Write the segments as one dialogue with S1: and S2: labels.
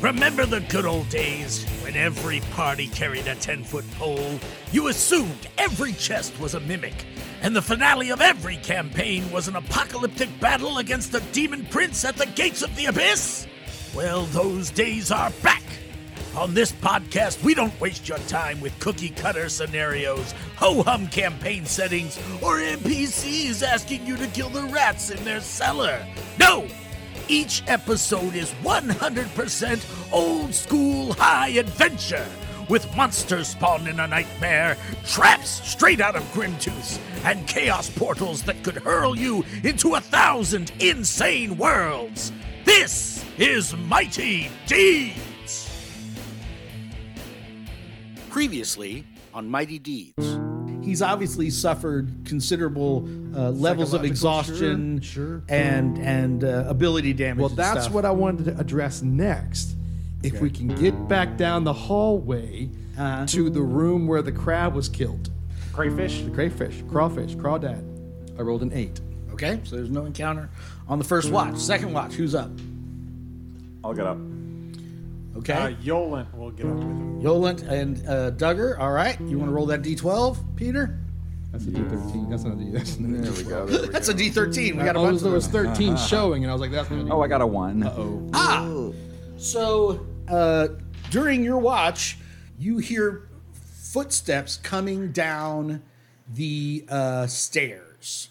S1: Remember the good old days when every party carried a 10 foot pole? You assumed every chest was a mimic, and the finale of every campaign was an apocalyptic battle against the demon prince at the gates of the abyss? Well, those days are back. On this podcast, we don't waste your time with cookie cutter scenarios, ho hum campaign settings, or NPCs asking you to kill the rats in their cellar. No! Each episode is 100% old school high adventure, with monsters spawned in a nightmare, traps straight out of Grimtooth, and chaos portals that could hurl you into a thousand insane worlds. This is Mighty Deeds!
S2: Previously on Mighty Deeds.
S3: he's obviously suffered considerable uh, levels of
S4: Psychological,
S3: exhaustion
S4: sure, sure.
S3: and and uh, ability damage.
S4: Well, that's what I wanted to address next. If we can get back down the hallway
S3: Uh-huh.
S4: to the room where the crab was killed,
S5: Crayfish?
S4: the crayfish, crawfish, crawdad. I rolled an eight.
S2: Okay, so there's no encounter on the first watch. Second watch, who's up?
S5: I'll get up.
S2: Okay.
S5: Uh, Yolan will get up with him.
S2: Yolant and uh, Duggar, all right. You want to roll that d12, Peter?
S4: That's a D thirteen. That's not a D. That's not a D.
S6: There we go. There we
S2: That's
S6: go.
S2: a d13. We got a
S4: Oh,
S2: bunch
S4: there
S2: of
S4: was thirteen showing, and I was like, that's not a D.
S6: Oh, I got a one.
S4: Oh,
S2: Ah! So, uh, during your watch, you hear footsteps coming down the uh, stairs.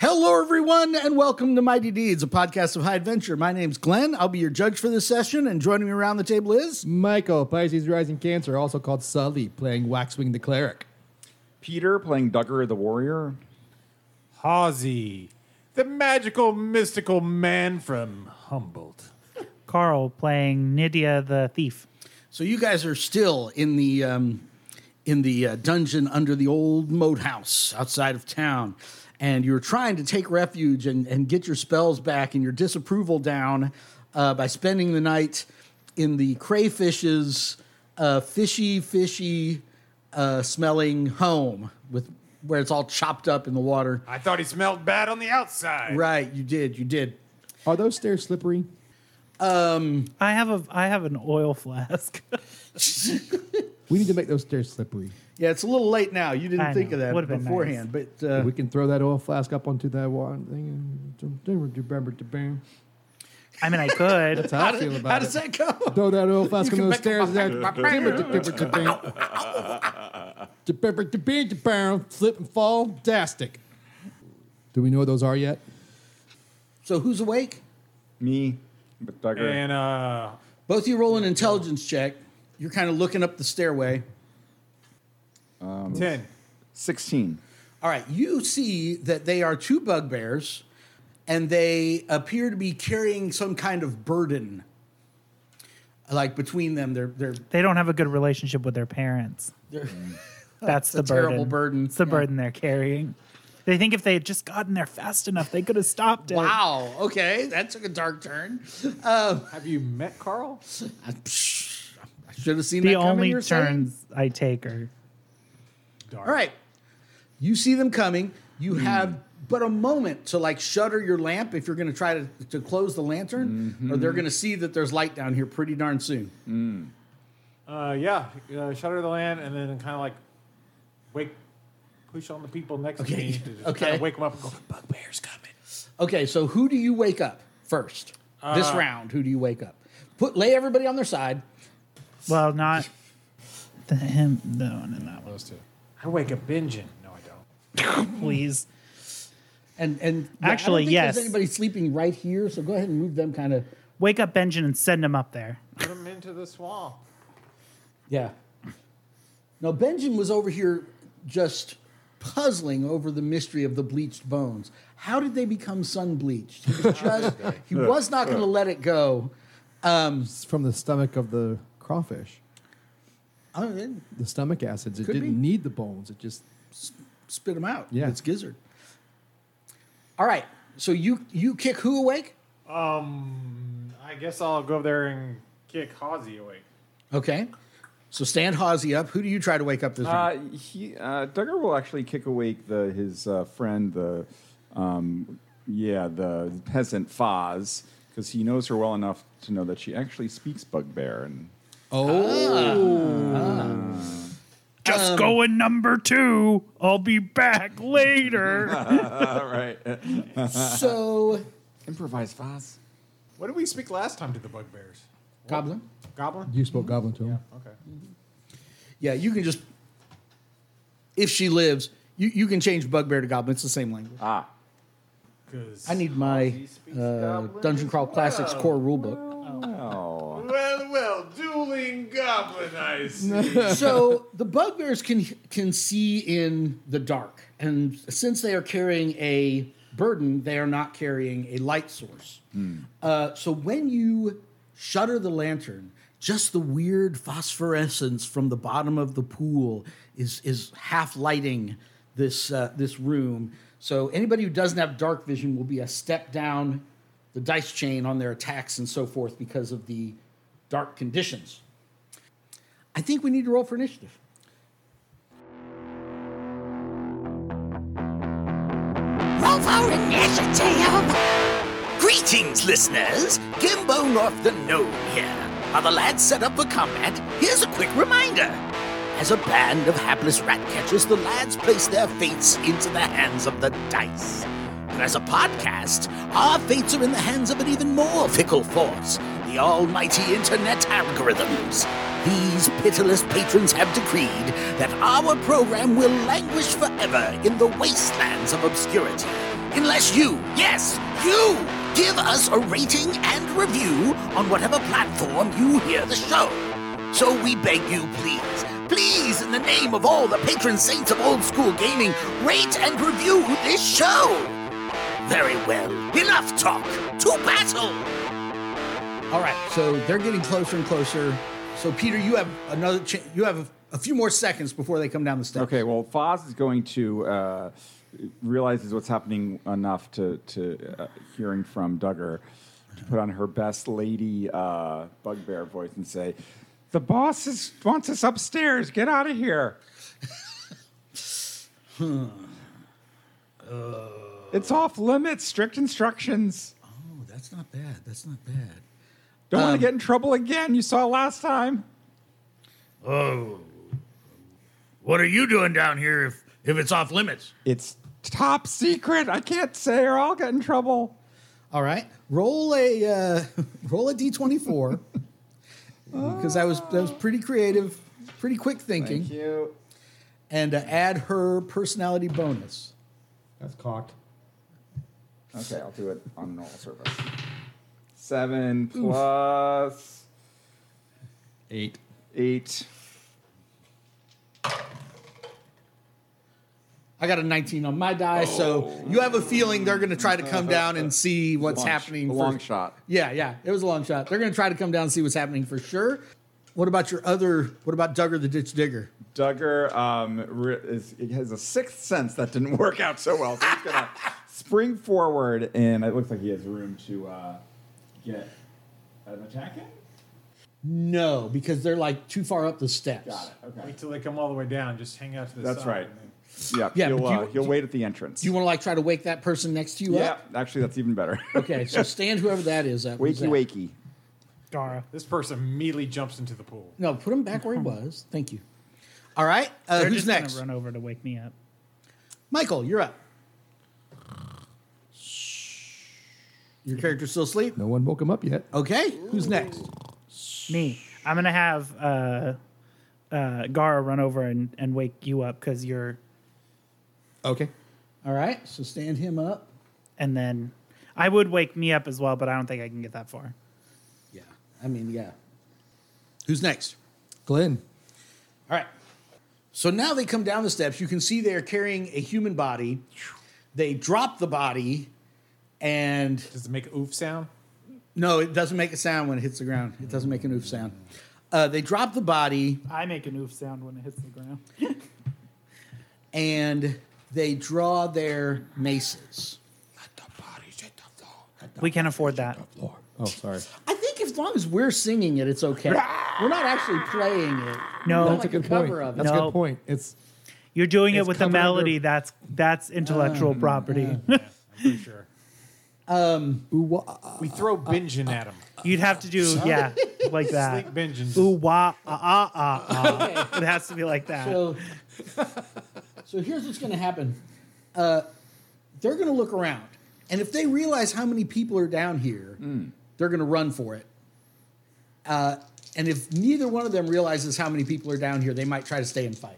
S2: Hello, everyone, and welcome to Mighty Deeds, a podcast of high adventure. My name's Glenn. I'll be your judge for this session, and joining me around the table is.
S4: Michael, Pisces rising cancer, also called Sully, playing Waxwing the cleric.
S6: Peter playing Duggar the warrior.
S5: Hazy, the magical, mystical man from Humboldt.
S7: Carl playing Nydia the thief.
S2: So you guys are still in the um, in the uh, dungeon under the old moat house outside of town, and you're trying to take refuge and, and get your spells back and your disapproval down uh, by spending the night in the crayfish's uh, fishy, fishy uh, smelling home with where it's all chopped up in the water.
S5: I thought he smelled bad on the outside.
S2: Right, you did, you did.
S4: Are those stairs slippery?
S7: I have a I have an oil flask.
S4: We need to make those stairs slippery.
S2: Yeah, it's a little late now. You didn't
S7: I
S2: think
S7: know.
S2: of that
S7: Would've been nice.
S2: beforehand, but uh,
S4: We can throw that oil flask up onto that one thing. and-
S7: I mean, I could.
S4: That's how I feel about
S2: how
S4: it.
S2: does that go?
S4: Throw that oil flask
S2: You
S4: on
S2: can make
S4: those
S2: a
S4: stairs. and
S2: fucking-
S4: that- Flip and fall. Dastic. Do we know what those are yet?
S2: So who's awake?
S6: Me with Duggar.
S5: And uh,
S2: Both of you roll an intelligence check. You're kind of looking up the stairway. Um,
S5: 10.
S6: 16.
S2: All right, you see that they are two bugbears and they appear to be carrying some kind of burden. Like between them, they're, they're
S7: They don't have a good relationship with their parents. That's the
S2: a
S7: burden.
S2: terrible burden.
S7: It's the
S2: Yeah.
S7: burden they're carrying. They think if they had just gotten there fast enough, they could have stopped it.
S2: wow, okay, that took a dark turn. Um,
S5: Have you met Carl?
S2: I, psh, I should have seen that
S7: The
S2: coming,
S7: only
S2: you're
S7: turns
S2: saying?
S7: I take are
S2: All right. You see them coming. You
S7: Hmm.
S2: have but a moment to like shutter your lamp if you're going to try to, to close the lantern, or they're
S7: Mm-hmm.
S2: going to see that there's light down here pretty darn soon.
S5: Uh, yeah. Uh, shutter the land and then kind of like wake, push on the people next
S2: Okay.
S5: to me. To just
S2: Okay.
S5: kinda Wake them up and go, Bugbear's coming.
S2: Okay, so who do you wake up first? this
S7: Uh,
S2: round, who do you wake up? Put lay everybody on their side.
S7: well, not the him. No, no, no.
S2: Uh-huh.
S5: I wake up binging. No, I don't.
S7: Please.
S2: And and I don't
S7: Actually,
S2: think there's
S7: yes.
S2: anybody sleeping right here, so go ahead and move them kind of
S7: Wake up Benjamin and send him up there.
S5: Put him into the swamp.
S2: Yeah. Now Benjamin was over here just puzzling over the mystery of the bleached bones. How did they become sun bleached? He was just he was not going to let it go.
S4: It's from the stomach of the crawfish.
S2: I mean,
S4: The stomach acids. It
S2: Could
S4: didn't
S2: be.
S4: need the bones. It just
S2: spit him out.
S4: Yeah.
S2: it's gizzard. All right, so you you kick who awake?
S5: Um, I guess I'll go over there and kick Hazy away.
S2: Okay. So stand Hawsey up. Who do you try to wake up this round?
S6: Uh, he uh, Duggar will actually kick awake the his uh, friend the um, yeah the peasant Foz because he knows her well enough to know that she actually speaks Bugbear. And
S7: Just
S2: Um,
S7: going number two. I'll be back later.
S6: all right,
S2: So,
S6: improvise, Foz.
S5: What did we speak last time to the bugbears?
S2: Goblin?
S5: Goblin?
S4: You spoke goblin to him.
S5: Okay.
S2: Yeah, you can just, if she lives, you, you can change Bugbear to Goblin. It's the same language.
S6: Ah,
S5: Because
S2: I need my uh, Dungeon Crawl Classics core rulebook.
S6: oh,
S5: well, well, dueling goblin. I see.
S2: so the bugbears can can see in the dark, and since they are carrying a burden, they are not carrying a light source. Uh, so when you shutter the lantern, just the weird phosphorescence from the bottom of the pool is is half lighting this uh, this room. So anybody who doesn't have dark vision will be a step down the dice chain on their attacks and so forth because of the dark conditions. I think we need to roll for initiative.
S8: Roll for initiative!
S1: Greetings, listeners! Gimbo North the Gnome here. While the lads set up for combat, here's a quick reminder. As a band of hapless rat catchers, the lads place their fates into the hands of the dice. But as a podcast, our fates are in the hands of an even more fickle force the almighty internet algorithms. These pitiless patrons have decreed that our program will languish forever in the wastelands of obscurity unless you, yes, you, give us a rating and review on whatever platform you hear the show. So we beg you, please, please, in the name of all the patron saints of old school gaming, rate and review this show. Very well. Enough talk. To battle.
S2: All right, so they're getting closer and closer. So Peter, you have another. Cha- you have a few more seconds before they come down the steps.
S6: okay. Well, Foz is going to uh, realizes what's happening enough to to uh, hearing from Duggar to put on her best lady uh, Bugbear voice and say, "The boss is, wants us upstairs. Get out of here."
S2: Hmm.
S6: It's off limits. Strict instructions.
S2: Uh. Oh, that's not bad. That's not bad. Um,
S6: Don't want to get in trouble again. You saw last time.
S1: What are you doing down here if, if it's off limits?
S6: It's top secret. I can't say, or I'll get in trouble.
S2: All right, roll a uh, roll a d twenty four because that was that was pretty creative, pretty quick thinking,
S6: you.
S2: and uh, add her personality bonus.
S4: That's cocked.
S6: Okay, I'll do it on normal service. Seven plus
S4: Eight.
S6: eight.
S2: I got a nineteen on my die, so you have a feeling they're going to try to come down and see what's
S6: Long-
S2: happening.
S6: Oh. a
S2: for-
S6: long shot.
S2: Yeah, yeah, it was a long shot. They're going to try to come down and see what's happening for sure. What about your other? What about Duggar the Ditch Digger?
S6: Duggar um, re- is, it has a sixth sense that didn't work out so well. So he's gonna spring forward, and it looks like he has room to uh, get an attack in.
S2: No, because they're like too far up the steps.
S6: Got it. Okay.
S5: Wait till they come all the way down. Just hang out to the
S6: That's
S5: side
S6: right.
S5: and then-
S2: Yeah,
S6: Yeah. he'll,
S2: but do you-
S6: uh, he'll wait at the entrance.
S2: Do you want to like try to wake that person next to you
S6: yeah.
S2: up?
S6: Actually, that's even better.
S2: Okay, so stand whoever that is up. Who's
S6: wakey,
S2: that?
S6: wakey.
S7: Dara.
S5: This person immediately jumps into the pool.
S2: No, put him back where he was. Thank you. All right, uh,
S7: They're
S2: who's
S7: just
S2: next?
S7: gonna run over to wake me up.
S2: Michael, you're up. Your character's still asleep.
S4: No one woke him up yet.
S2: Okay, who's next?
S7: Me. I'm gonna have uh, uh, Gara run over and, and wake you up because you're.
S4: Okay.
S2: All right, so stand him up.
S7: And then I would wake me up as well, but I don't think I can get that far.
S2: Yeah, I mean, yeah. Who's next?
S4: Glenn.
S2: All right. So now they come down the steps. You can see they're carrying a human body. They drop the body, and
S5: Does it make an oof sound?
S2: no, it doesn't make a sound when it hits the ground. It doesn't make an oof sound. Uh, they drop the body,
S7: I make an oof sound when it hits the ground.
S2: and they draw their maces.
S7: We can afford that.
S4: Oh, sorry.
S2: I think as long as we're singing it, it's okay. We're not actually playing it.
S7: No.
S2: Not
S7: That's
S2: like
S4: Good
S2: a
S4: point.
S2: cover of it.
S4: That's a
S7: No.
S4: good point. It's
S7: You're doing
S4: It's
S7: it with the
S4: coming under-
S7: Mm. melody. That's that's intellectual property.
S5: Pretty sure. We throw binging at him.
S7: You'd have to do yeah, like that.
S5: Sneak binging.
S7: Ooh wah ah ah ah. ah. It has to be like that.
S2: So, so here's what's going to happen. Uh, they're going to look around, and if they realize how many people are down here, they're going to run for it. Uh, and if neither one of them realizes how many people are down here, they might try to stay and fight.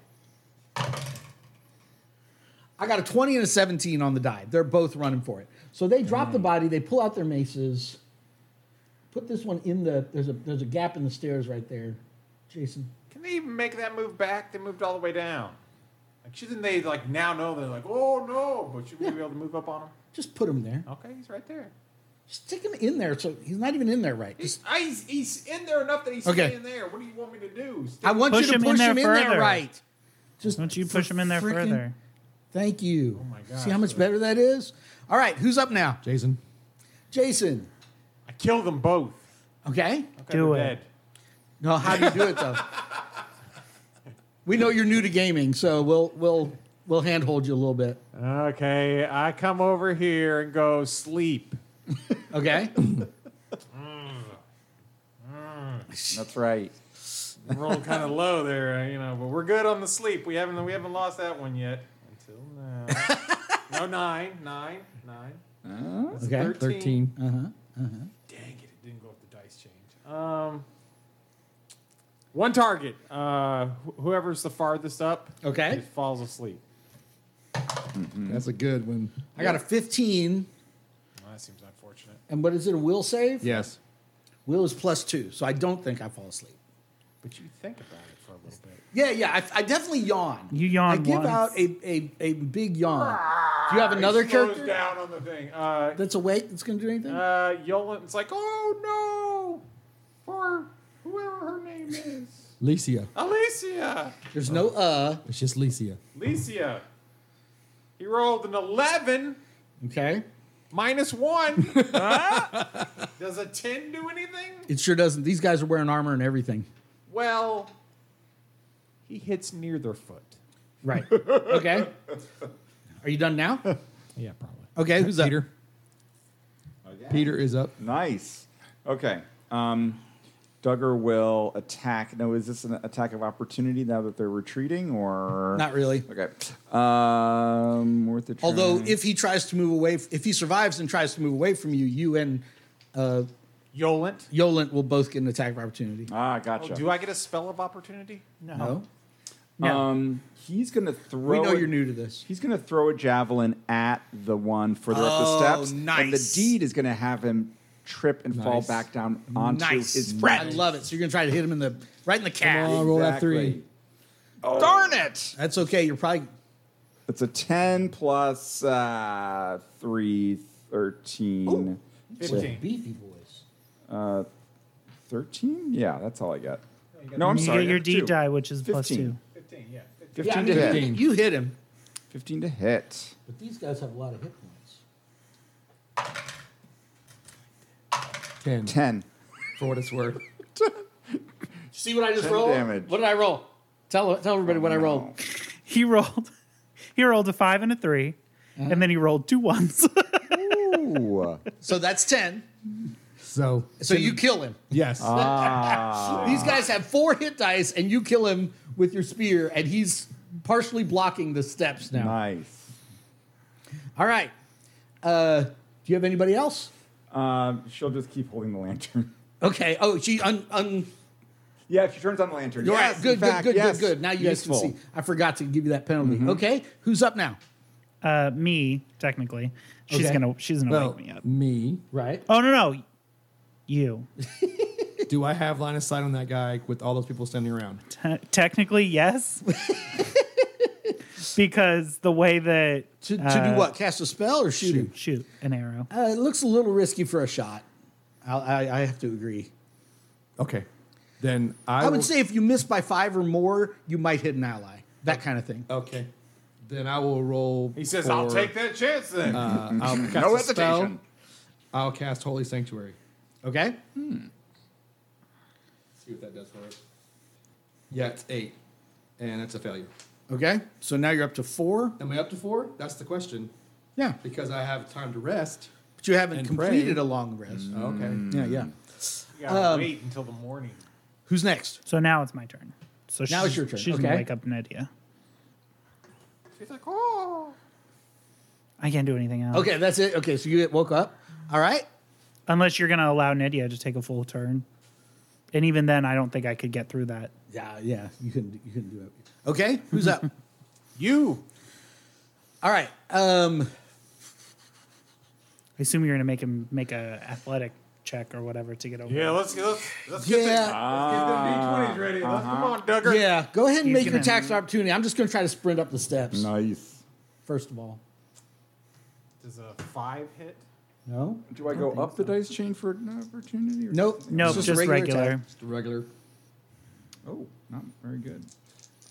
S2: I got a 20 and a 17 on the die. They're both running for it. So they drop the body, they pull out their maces, put this one in the there's a there's a gap in the stairs right there. Jason.
S5: Can they even make that move back? They moved all the way down. Like shouldn't they like now know they're like, oh no, but should we be able to move up on him?
S2: Just put him there.
S5: Okay, he's right there.
S2: Stick him in there. So he's not even in there, right? Just,
S5: He's, I- he's, he's in there enough that he's
S2: Okay.
S5: staying there. What do you want me to do? Stay-
S2: I want
S7: Push
S2: you to
S7: him in
S2: push
S7: there
S2: him in there,
S7: further.
S2: right? Just
S7: Don't you push
S2: for
S7: them in there
S2: frickin-
S7: further?
S2: Thank you.
S5: my gosh,
S2: See how much better that is. All right, who's up now?
S4: Jason.
S2: Jason.
S5: I kill them both.
S2: Okay.
S5: Okay,
S7: Do
S5: they're
S7: it.
S5: Dead.
S2: No, how do you do it though? we know you're new to gaming, so we'll we'll we'll handhold you a little bit.
S5: Okay, I come over here and go sleep.
S2: Okay.
S6: That's right.
S5: I'm rolling kind of low there, uh, you know, but we're good on the sleep. We haven't we haven't lost that one yet until now. no nine, nine, nine. That's
S2: okay,
S4: 13.
S2: Uh-huh.
S5: Dang it! It didn't go up the dice change. Um, one target. Uh, wh- whoever's the farthest up,
S2: Okay.
S5: just falls asleep.
S4: That's a good one.
S2: I got a 15,
S5: Well, that seems unfortunate.
S2: and what is it? A will save?
S4: Yes.
S2: Will is plus two, so I don't think I fall asleep.
S5: But you think about it for a little bit.
S2: Yeah, yeah, I, I definitely yawn.
S7: You yawn
S2: I give
S7: once.
S2: out a, a, a big yawn. Do you have another
S5: He Ah. slows
S2: character
S5: down on the thing. Uh,
S2: that's awake that's going to do anything?
S5: uh, Yolan's like, oh no, for whoever her name is,
S4: Licia.
S5: Alicia.
S2: There's no uh.
S4: It's just Licia.
S5: Licia. He rolled an 11
S2: Okay.
S5: minus 1. Huh? Does a 10 do anything?
S2: It sure doesn't. These guys are wearing armor and everything.
S5: Well, he hits near their foot.
S2: Right. Okay. Are you done now?
S5: Yeah, probably.
S2: Okay, who's up?
S4: Peter. Peter is up.
S6: Nice. Okay. Um, Duggar will attack. Now, is this an attack of opportunity now that they're retreating, or
S2: Not really.
S6: Okay. Um, worth a try.
S2: Although if he tries to move away, if he survives and tries to move away from you, you and
S5: Yolent.
S2: Yolent will both get an attack of opportunity.
S6: ah,
S5: Oh,
S6: gotcha.
S5: do I get a spell of opportunity?
S2: No,
S7: No.
S6: Um, he's gonna throw.
S2: we know
S6: it-
S2: you're new to this.
S6: He's gonna throw a javelin at the one further up
S2: Oh,
S6: the steps, and the
S2: nice.
S6: deed is gonna have him trip and fall
S4: Nice.
S6: back down onto
S2: Nice.
S6: his
S2: I
S6: friend.
S2: love it. So you're gonna try to hit him in the right in the calf.
S4: on. I'll roll that three.
S6: Darn it!
S2: That's okay. You're probably
S6: It's a 10 plus uh, 3, 13.
S5: 15.
S2: beefy boys.
S6: 13? Yeah, that's all I got. No, I'm
S7: you
S6: sorry.
S7: get your
S6: I got
S7: D
S6: two.
S7: die, which is plus
S6: 15.
S7: two.
S5: 15, yeah. 15.
S6: 15
S2: Yeah, I
S6: to
S2: mean,
S6: hit.
S2: you, you hit him,
S6: 15 to hit.
S2: but these guys have a lot of hit points.
S4: 10.
S6: 10.
S4: For what it's worth.
S2: See what I just
S6: Ten
S2: rolled?
S6: damage. Oh,
S2: What did I roll? Tell tell everybody what I rolled.
S7: He rolled. He rolled a five and a 3 and then he rolled two ones.
S6: Ooh.
S2: So that's ten.
S4: So, Ah.
S2: So you kill him.
S4: yes.
S6: Ah.
S2: These guys have four hit dice, and you kill him with your spear, and he's partially blocking the steps now.
S6: nice.
S2: All right. Uh, do you have anybody else?
S6: Um, she'll just keep holding the lantern.
S2: Okay. Oh, she un. un
S6: Yeah, she turns on the lantern.
S2: you're right.
S6: yes, in
S2: Good, good,
S6: fact,
S2: good,
S6: yes.
S2: good, good. Now you guys
S6: Useful. Mm-hmm.
S2: can see. I forgot to give you that penalty. Okay. Who's up now?
S7: uh, me, technically. She's
S2: Okay.
S7: gonna she's gonna
S4: Well,
S7: wake me up.
S4: me.
S2: Right.
S7: Oh no no. You.
S4: Do I have line of sight on that guy with all those people standing around?
S7: Te- technically, yes. because the way that
S2: To, to
S7: uh,
S2: do what? Cast a spell or shoot him?
S7: Shoot an arrow.
S2: Uh, it looks a little risky for a shot. I'll, I, I have to agree.
S4: Okay. Then I,
S2: I
S4: will-
S2: would say if you miss by five or more, you might hit an ally. That kind of thing.
S4: Okay. Then I will roll.
S5: He says, I'll
S4: for-
S5: take that chance then.
S4: Uh, I'll cast
S6: No
S4: a spell.
S6: hesitation.
S4: I'll cast Holy Sanctuary.
S2: Okay.
S4: See what that does for us. Yeah, it's eight, and that's a failure.
S2: Okay. So now you're up to four.
S4: Am I up to four? That's the question.
S2: Yeah.
S4: Because I have time to rest.
S2: but you haven't
S3: And
S2: completed
S3: pray.
S2: a long rest.
S3: Okay.
S2: Yeah, yeah.
S5: You gotta wait until the morning.
S2: Who's next?
S7: So now it's my turn. So
S2: Now
S7: she's-
S2: it's your turn,
S7: She's
S2: okay.
S7: gonna wake up Nydia.
S5: She's like, oh.
S7: I can't do anything else.
S2: Okay, that's it. Okay, so you get woke up. All right.
S7: Unless you're gonna allow Nydia to take a full turn, and even then, I don't think I could get through that.
S2: Yeah, yeah. You couldn't. You couldn't do it. Okay, who's up?
S3: You.
S2: All right. Um,
S7: I assume you're gonna make him make a athletic check or whatever to get over.
S5: Yeah, let's let's let's get the,
S2: yeah,
S5: let's get the B20s ready. Let's come on, Duggar.
S2: yeah. Go ahead and
S7: He's
S2: make your
S7: gonna-
S2: tax opportunity. I'm just going to try to sprint up the steps
S6: Nice.
S2: first of all.
S5: Does a five hit?
S2: No.
S6: Do I go up the dice chain for an opportunity? Or
S2: Nope.
S7: No,
S2: It's a
S7: just regular.
S2: attack. Just a regular.
S6: Oh, not very good.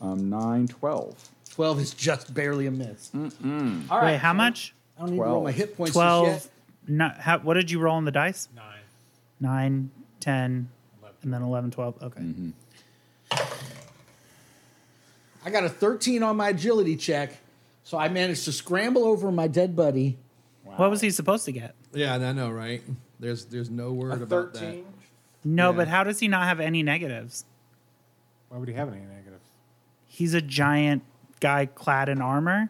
S6: Um, 9, 12.
S2: Twelve is just barely a miss. All
S7: Wait, how much?
S2: I don't even roll
S6: Twelve.
S2: my hit points. just
S7: Twelve.
S2: yet.
S7: Not, how, what did you roll on the dice?
S5: Nine.
S7: Nine, ten, and then 11, 12. Okay.
S2: I got a thirteen on my agility check, so I managed to scramble over my dead buddy.
S7: What was he supposed to get?
S4: Yeah, I know, right? There's there's no word
S5: A
S4: about
S5: thirteen.
S7: No,
S4: Yeah.
S7: but how does he not have any negatives?
S5: Why would he have any negatives?
S7: He's a giant guy clad in armor.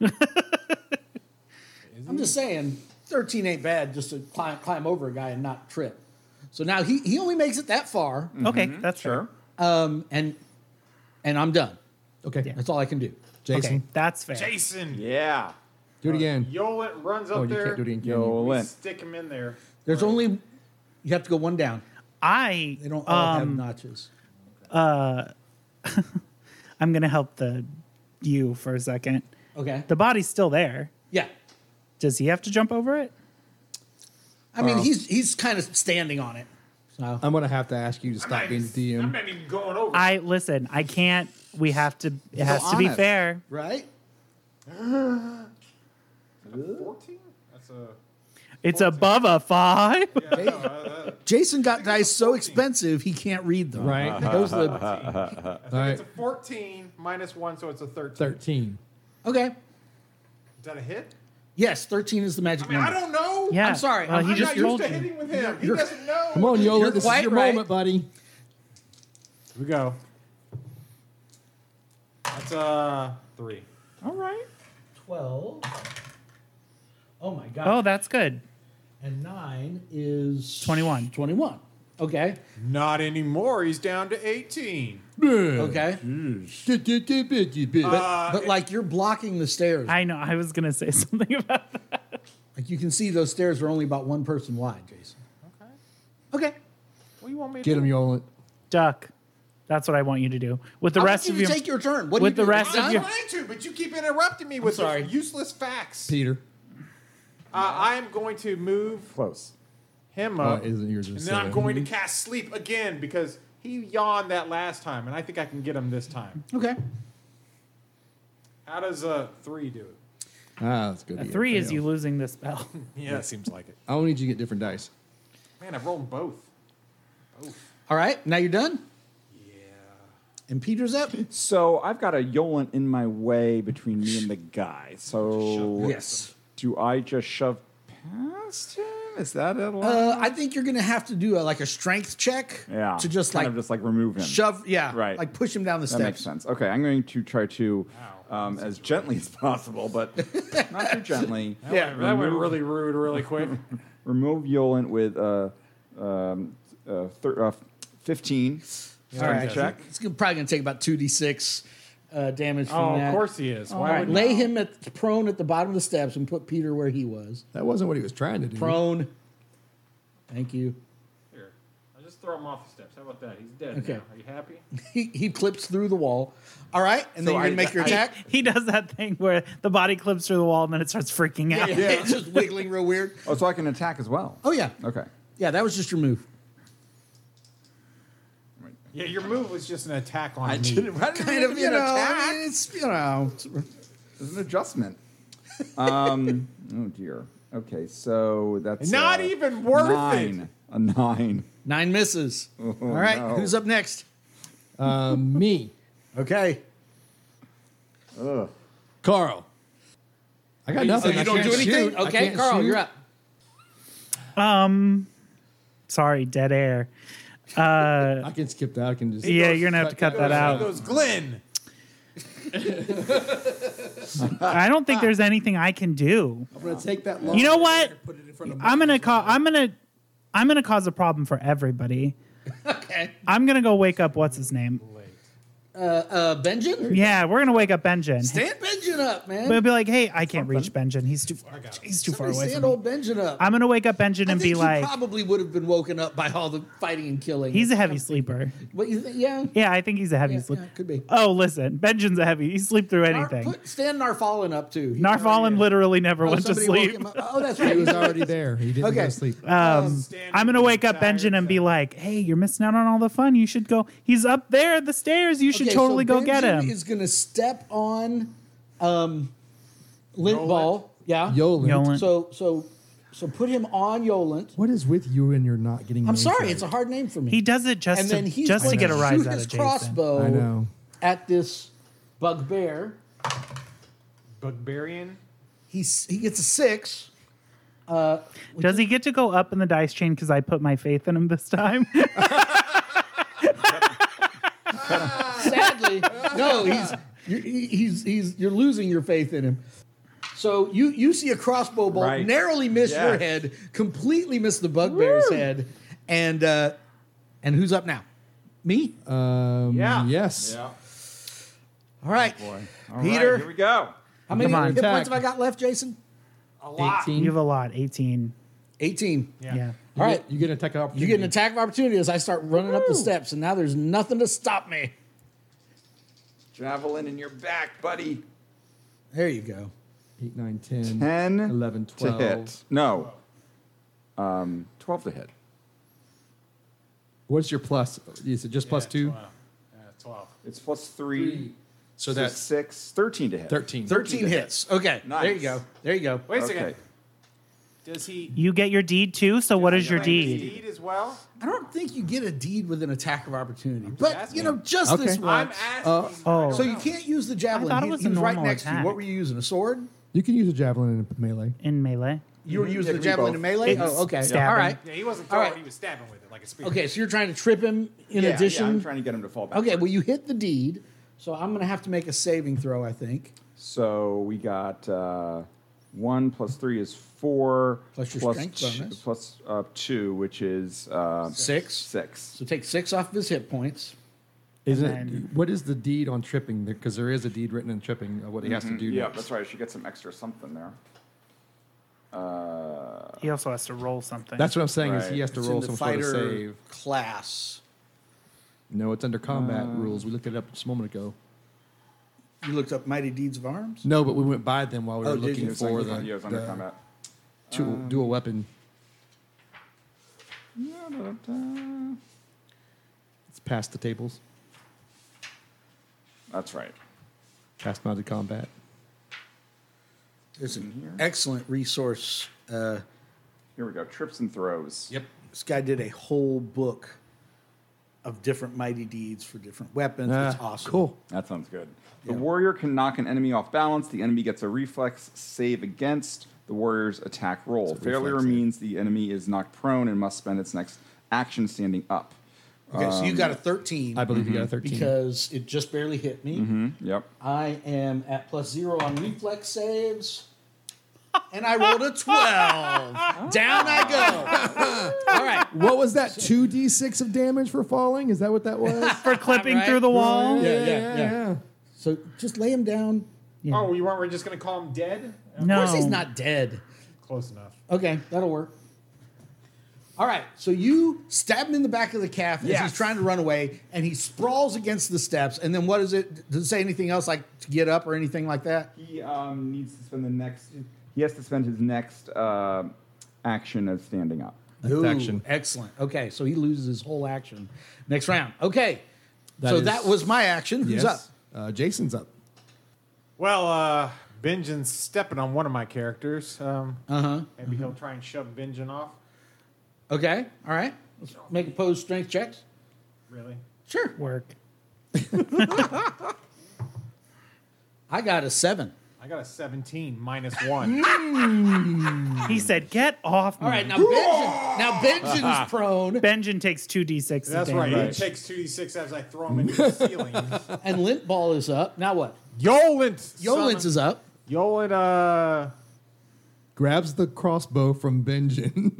S2: I'm just saying, 13 ain't bad just to climb, climb over a guy and not trip. So now he, he only makes it that far,
S7: Okay, that's fair.
S2: um, and and I'm done.
S4: that. Okay,
S2: That's all I can do.
S4: Jason,
S7: Okay, that's fair.
S5: Jason.
S6: Yeah.
S4: do it again.
S5: Yolet runs up
S4: oh, you
S5: Uh, there.
S4: can't do it again. can you?
S6: Yo,
S5: We
S6: Lynn.
S5: stick him in there.
S2: There's only you have to go one down.
S7: I
S2: They don't all have
S7: um,
S2: notches.
S7: I'm gonna help the you for a second.
S2: Okay.
S7: The body's still there.
S2: yeah.
S7: Does he have to jump over it?
S2: I mean, he's he's kind of standing on it. So
S4: I'm gonna have to ask you to stop being the
S5: I'm
S4: DM.
S5: not even going over.
S7: I listen. I can't. We have to. It has to be
S6: honest.
S7: fair.
S2: right.
S5: Fourteen. That's a.
S7: It's above a five.
S5: Yeah, no, uh, that-
S2: Jason got dice so expensive he can't read them.
S4: Right.
S2: Those are the,
S4: All right.
S5: it's a fourteen minus one, so it's a thirteen.
S4: Thirteen.
S2: okay.
S5: Is that a hit?
S2: Yes, 13 is the magic
S5: I
S4: Hmm.
S5: mean, I
S2: number.
S5: don't know.
S7: Yeah.
S2: I'm sorry,
S7: Well,
S2: I'm-
S7: he
S5: I'm
S7: just
S5: not
S7: told
S5: used to
S7: you.
S5: hitting with him. He doesn't know.
S4: Come on, Yola.
S2: You're
S4: This
S2: quite
S4: is your
S2: right.
S4: moment, buddy.
S5: Here we go. That's uh three.
S6: All right.
S2: 12. Oh my god.
S7: Oh, that's good.
S2: And 9 is
S7: 21.
S2: 21. Okay.
S5: Not anymore. He's down to eighteen.
S2: Okay.
S4: But
S2: but like you're blocking the stairs.
S7: I know. I was gonna say something about that.
S2: like you can see those stairs are only about one person wide, Jason. Okay. Okay.
S5: What do you want me to
S4: Get him, Yola.
S7: Duck. That's what I want you to do with the
S2: I
S7: rest
S2: want
S7: of
S2: you
S7: your.
S2: to take your turn. What do
S7: with
S2: you
S7: the
S2: do?
S7: rest
S5: I'm
S7: of your.
S5: trying to, but you keep interrupting me with
S2: sorry.
S5: useless facts. Uh,
S4: Peter.
S5: I am going to move
S6: Close.
S5: him
S4: Oh,
S5: up,
S4: it isn't yours.
S5: and
S4: it's
S5: then I'm
S4: seven.
S5: going to cast sleep again because he yawned that last time, and I think I can get him this time.
S2: Okay.
S5: How does a three do it?
S4: Ah, that's good.
S7: A
S4: to get
S7: three is
S4: fail.
S7: you losing the spell.
S5: Yeah, it seems like it.
S4: I only need you to get different dice.
S5: Man, I've rolled both.
S2: All right. Now you're done.
S5: Yeah.
S2: And Peter's up.
S6: So I've got a Yolan in my way between me and the guy. So
S2: Yes.
S6: do I just shove past him? Is that it?
S2: Uh, I think you're gonna have to do a, like a strength check.
S6: yeah.
S2: To just
S6: kind
S2: like,
S6: of just like remove him.
S2: shove. Yeah.
S6: Right.
S2: Like push him down the
S6: That
S2: steps.
S6: makes sense. Okay, I'm going to try to, um, as gently as possible, but not too gently,
S2: Yeah.
S5: That went really rude, really quick.
S6: remove Yolan with a uh, um, uh, thir- uh, 15.
S2: All right.
S6: check.
S2: It's gonna- probably gonna take about two d six uh, damage from
S5: oh,
S2: that.
S5: of course he is.
S2: All
S5: Why
S2: right,
S5: would
S2: lay him at prone at the bottom of the steps and put Peter where he was.
S4: That wasn't what he was trying to do.
S2: Prone. Thank you.
S5: Here, I'll just throw him off the steps. How about that? He's dead
S2: Okay.
S5: now. Are you happy?
S2: He, he clips through the wall. All right, and
S6: So
S2: then you're gonna
S6: I-
S2: make your
S6: I-
S2: attack.
S7: he does that thing where the body clips through the wall and then it starts freaking out.
S2: it's just wiggling real weird.
S6: Oh, so I can attack as well.
S2: Oh yeah,
S6: Okay.
S2: yeah. That was just your move.
S5: Yeah, your move was just an attack on me.
S6: I didn't
S2: Kind
S6: mean to
S2: of,
S6: be
S2: you
S6: an
S2: know.
S6: attack.
S2: I mean, it's you know.
S6: It's an adjustment. Um, oh dear. Okay, so that's uh,
S5: Not even worth it.
S6: nine. A nine.
S2: Nine misses. All right,
S6: no.
S2: who's up next? Uh,
S4: Um, me,
S2: Okay.
S4: Carl. I got nothing.
S2: you
S4: I
S2: don't
S4: can't
S2: do anything.
S4: shoot. I
S2: Okay,
S4: can't
S2: Carl,
S4: shoot.
S2: you're up.
S7: Um, sorry, dead air.
S4: I can skip that. I can just.
S7: Yeah, you're gonna have to cut that
S5: It
S7: out.
S5: goes Glenn.
S7: I don't think there's anything I can do.
S4: I'm gonna take that. Long
S7: You know what?
S4: Put it in front of.
S7: I'm gonna call. I'm gonna. I'm gonna cause a problem for everybody. okay. I'm gonna go wake up. What's his name?
S2: Uh, Benjin?
S7: Yeah, we're gonna wake up Benjen.
S2: Stand Benjin up, man.
S7: We'll be like, hey, I can't reach Benjen. He's too far. He's too far
S2: Somebody
S7: away.
S2: stand
S7: From me.
S2: old Benjin up.
S7: I'm gonna wake up Benjen
S2: I
S7: and
S2: think
S7: be
S2: he
S7: like,
S2: probably would have been woken up by all the fighting and killing.
S7: he's a heavy sleeper.
S2: what you think? Yeah,
S7: Yeah, I think he's a heavy
S2: yeah,
S7: sleeper.
S2: yeah, could be.
S7: Oh, listen, Benjen's a heavy. He sleep through
S2: Nar-
S7: anything.
S2: Put Stan Narfallin up too. He-
S7: Narfallin literally never
S2: oh,
S7: went to
S2: somebody woke
S7: sleep.
S2: him up. Oh, that's
S4: He
S2: right.
S4: was already there. He didn't go
S2: Okay.
S4: to sleep.
S7: I'm gonna wake up Benjen and be
S5: like.
S7: like, "Hey, you're missing out on all the fun. You should go. He's up there, at the stairs. You should
S2: Okay,
S7: totally
S2: so
S7: go get
S2: Benjin
S7: him."
S2: Is going to step on um, lint
S5: Yolent.
S2: ball. Yeah.
S4: Yolan.
S7: Yolan.
S2: So so so put him on Yolent.
S4: What is with you and you're not getting?
S2: I'm
S4: names
S2: sorry,
S4: right?
S2: it's a hard name for me.
S7: he does it just
S2: and then
S7: to,
S2: he's
S7: just to
S2: going
S7: get a rise
S2: shoot
S7: out of
S2: his
S7: Jason.
S2: crossbow
S4: I know.
S2: at this bugbear.
S5: Bugbarian.
S2: He s- he gets a six.
S7: Does he get to go up in the dice chain because I put my faith in him this time?
S2: Sadly, no, he's you're, he- he's he's you're losing your faith in him. So you you see a crossbow bolt
S6: Right.
S2: narrowly miss your
S6: Yes.
S2: head, completely miss the bugbear's head, and uh, and who's up now? Me.
S4: Um,
S5: Yeah.
S4: Yes.
S6: Yeah.
S2: All right,
S6: All
S2: Peter.
S6: right, here we go.
S2: how many
S7: Come on,
S2: hit
S4: attack.
S2: points have I got left, Jason?
S5: A lot.
S7: you
S4: 18.
S7: have a lot. 18.
S2: Eighteen.
S7: Yeah.
S2: All right,
S4: You get an attack
S2: you
S4: opportunity.
S2: get an attack of opportunity as I start running up the steps, and now there's nothing to stop me.
S6: Javelin in your back, buddy.
S2: There you go.
S4: 8, 9, 10.
S6: 10
S4: 11,
S6: to
S4: 12.
S6: hit. No. Um, 12 to hit.
S4: What's your plus? Is it just plus 2?
S5: Wow. Yeah, Twelve.
S6: It's plus 3.
S4: So
S6: so
S4: that's
S6: 6. 13 to hit.
S4: 13.
S2: 13 hits. Okay.
S6: Nice.
S2: There you go. There you go.
S5: Wait a
S6: Okay.
S5: second. Does he?
S7: You get your deed too. So what is your
S5: Like
S7: deed?
S5: Deed as well.
S2: I don't think you get a deed with an attack of opportunity, but
S5: asking.
S2: you know, just
S4: Okay.
S2: this
S4: I'm
S2: one.
S5: I'm asking.
S7: Oh.
S2: So you can't use the javelin.
S7: I thought it
S2: He-
S7: was
S2: he
S7: a
S2: was right
S7: normal
S2: next to you.
S7: attack.
S2: What were you using? A sword?
S4: You can use a javelin in a melee.
S7: In melee.
S2: You were using
S6: it
S2: the
S6: could be
S2: javelin
S6: both.
S2: in melee.
S7: It's
S2: oh, okay.
S7: stabbing.
S2: All right.
S5: yeah, he wasn't
S2: All
S5: throwing.
S2: right.
S5: He was stabbing with it like a spear.
S2: Okay, so you're trying to trip him. In
S6: Yeah, yeah,
S2: addition,
S6: I'm trying to get him to fall back.
S2: okay. Well, you hit the deed, so I'm going to have to make a saving throw. I think.
S6: So we got uh, 1 plus 3 is 4.
S2: Plus your strength
S6: ch-
S2: bonus.
S6: plus, uh, 2, which is uh,
S2: Six.
S6: 6.
S2: So take six off of his hit points.
S4: Isn't
S7: then-
S4: it? What is the deed on tripping? Because there is a deed written in tripping of what he has to do.
S6: Mm-hmm. Yeah,
S4: next.
S6: that's right. I should get some extra something there.
S7: He also has to roll something.
S4: That's what I'm saying is
S6: Right.
S4: he has to
S2: It's in
S4: roll
S2: the
S4: some sort of
S2: fighter
S4: save.
S2: class.
S4: No, it's under combat
S2: Uh,
S4: rules. We looked it up just a moment ago.
S2: You looked up Mighty Deeds of Arms.
S4: No, but we went by them while we
S2: Oh,
S4: were
S2: did
S4: looking
S2: you? Uh,
S4: for
S6: Yeah,
S4: the,
S6: it was under
S4: the
S6: combat.
S4: dual, dual weapon. It's past the tables,
S6: That's right.
S4: past mounted combat.
S2: There's an excellent resource. Uh,
S6: Here we go. Trips and throws. Yep.
S2: this guy did a whole book of different mighty deeds for different weapons.
S4: Ah,
S2: it's awesome.
S4: Cool.
S6: That sounds good. The warrior can knock an enemy off balance. The enemy gets a reflex save against the warrior's attack roll. Failure
S4: reflex save.
S6: means the enemy is knocked prone and must spend its next action standing up.
S2: Okay, so you got a 13
S4: Um, I Mm-hmm. believe you got a 13.
S2: Mm-hmm. because it just barely hit me.
S6: Yep.
S2: I am at plus zero on reflex saves. And I rolled a 12. Down I go. All right.
S4: what was that? 2d6 of damage for falling? Is that what that was?
S7: for clipping
S2: right?
S7: through the wall.
S2: Yeah, yeah, yeah. So just lay him down.
S5: Oh, you weren't. We're just gonna call him dead.
S7: No.
S2: Of course, he's not dead.
S5: Close enough.
S2: Okay, that'll work. All right, so you stab him in the back of the calf as
S6: Yes.
S2: he's trying to run away, and he sprawls against the steps. And then what is it? Does it say anything else like to get up or anything like that?
S6: He um, needs to spend the next. He has to spend his next uh, action of standing up.
S2: Ooh,
S4: action.
S2: Excellent. Okay, so he loses his whole action. Next round. Okay,
S4: That
S2: so
S4: is-
S2: that was my action. Who's
S4: Yes.
S2: up?
S4: Uh, Jason's up.
S5: Well, uh, Benjen's stepping on one of my characters. Um, uh-huh. Maybe he'll try and shove Benjen off.
S2: Okay, all right. Let's make opposed strength checks.
S5: Really?
S2: Sure.
S7: Work.
S2: I got a seven.
S5: I got a 17 minus one.
S7: He said, "Get off me."
S2: All right, now Benjamin, now Benjamin's prone,
S7: Benjen takes two d6.
S5: That's right. He takes 2d6 as I throw him into the ceiling.
S2: and Lint Ball is up. Now what?
S5: Yolent!
S2: Yolins is up.
S5: Yolent, uh.
S4: Grabs the crossbow from Benjamin.
S7: Can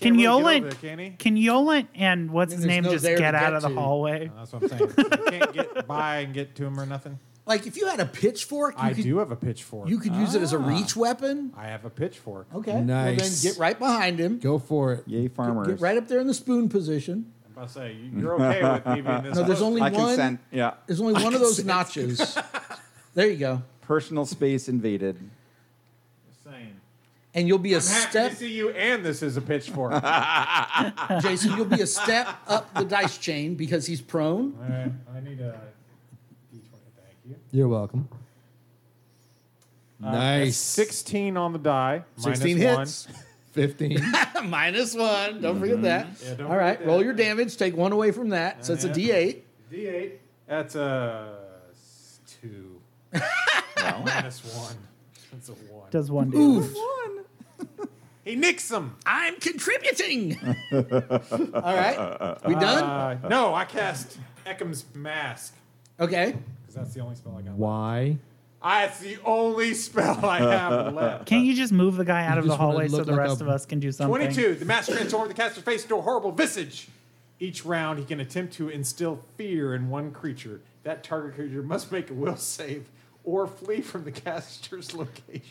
S5: can't really get over
S7: Yolent-
S5: there, Can he?
S7: Can Yolent and what's
S2: I mean,
S7: his
S2: there's no there
S7: name just get
S2: to
S7: out
S2: get
S7: of the
S2: to.
S7: hallway?
S5: That's what I'm saying. You can't get by and get to him or nothing.
S2: Like if you had a pitchfork, you
S5: I
S2: could,
S5: do have a pitchfork.
S2: You could use it as a reach weapon.
S5: I have a pitchfork.
S2: Okay, well
S4: Nice.
S2: then get right behind him.
S4: Go for it.
S6: Yay, farmers.
S2: Get right up there in the spoon position.
S5: I'm about to say, you- you're okay with me being this
S2: No, there's
S5: close.
S2: only
S6: I
S2: one.
S6: consent. Yeah.
S2: There's only one of those notches. there you go,
S6: Personal space invaded.
S5: Saying.
S2: and you'll be a
S5: I'm happy
S2: step,
S5: to see you, and this is a pitchfork. All
S2: Jason. You'll be a step up the dice chain because he's prone.
S5: right, I need a D20. Thank you.
S4: You're welcome.
S5: Uh, That's
S4: nice.
S5: 16 on the die. minus
S2: 16
S5: one.
S2: hits.
S4: 15.
S2: Minus one. Don't forget that.
S5: Yeah, don't
S2: Mm-hmm. All right,
S5: forget
S2: roll
S5: that.
S2: your damage. Take one away from that. So it's a
S5: Yeah.
S2: D8.
S5: D8. That's a s- two. Minus one. That's a one.
S7: Does one do?
S5: He nicks him.
S2: I'm contributing. All right, we done.
S5: Uh, no, I cast Eckham's Mask
S2: Okay.
S5: because that's the only spell I got. left.
S4: Why?
S5: I, it's the only spell I have left.
S7: Can't you just move the guy out of the
S4: just wanna
S7: hallway so
S4: look
S7: the
S4: like
S7: rest
S4: a-
S7: of us can do something?
S5: 22. The mask transformed the caster's face into a horrible visage. Each round, he can attempt to instill fear in one creature. That target creature must make a will save or flee from the caster's location.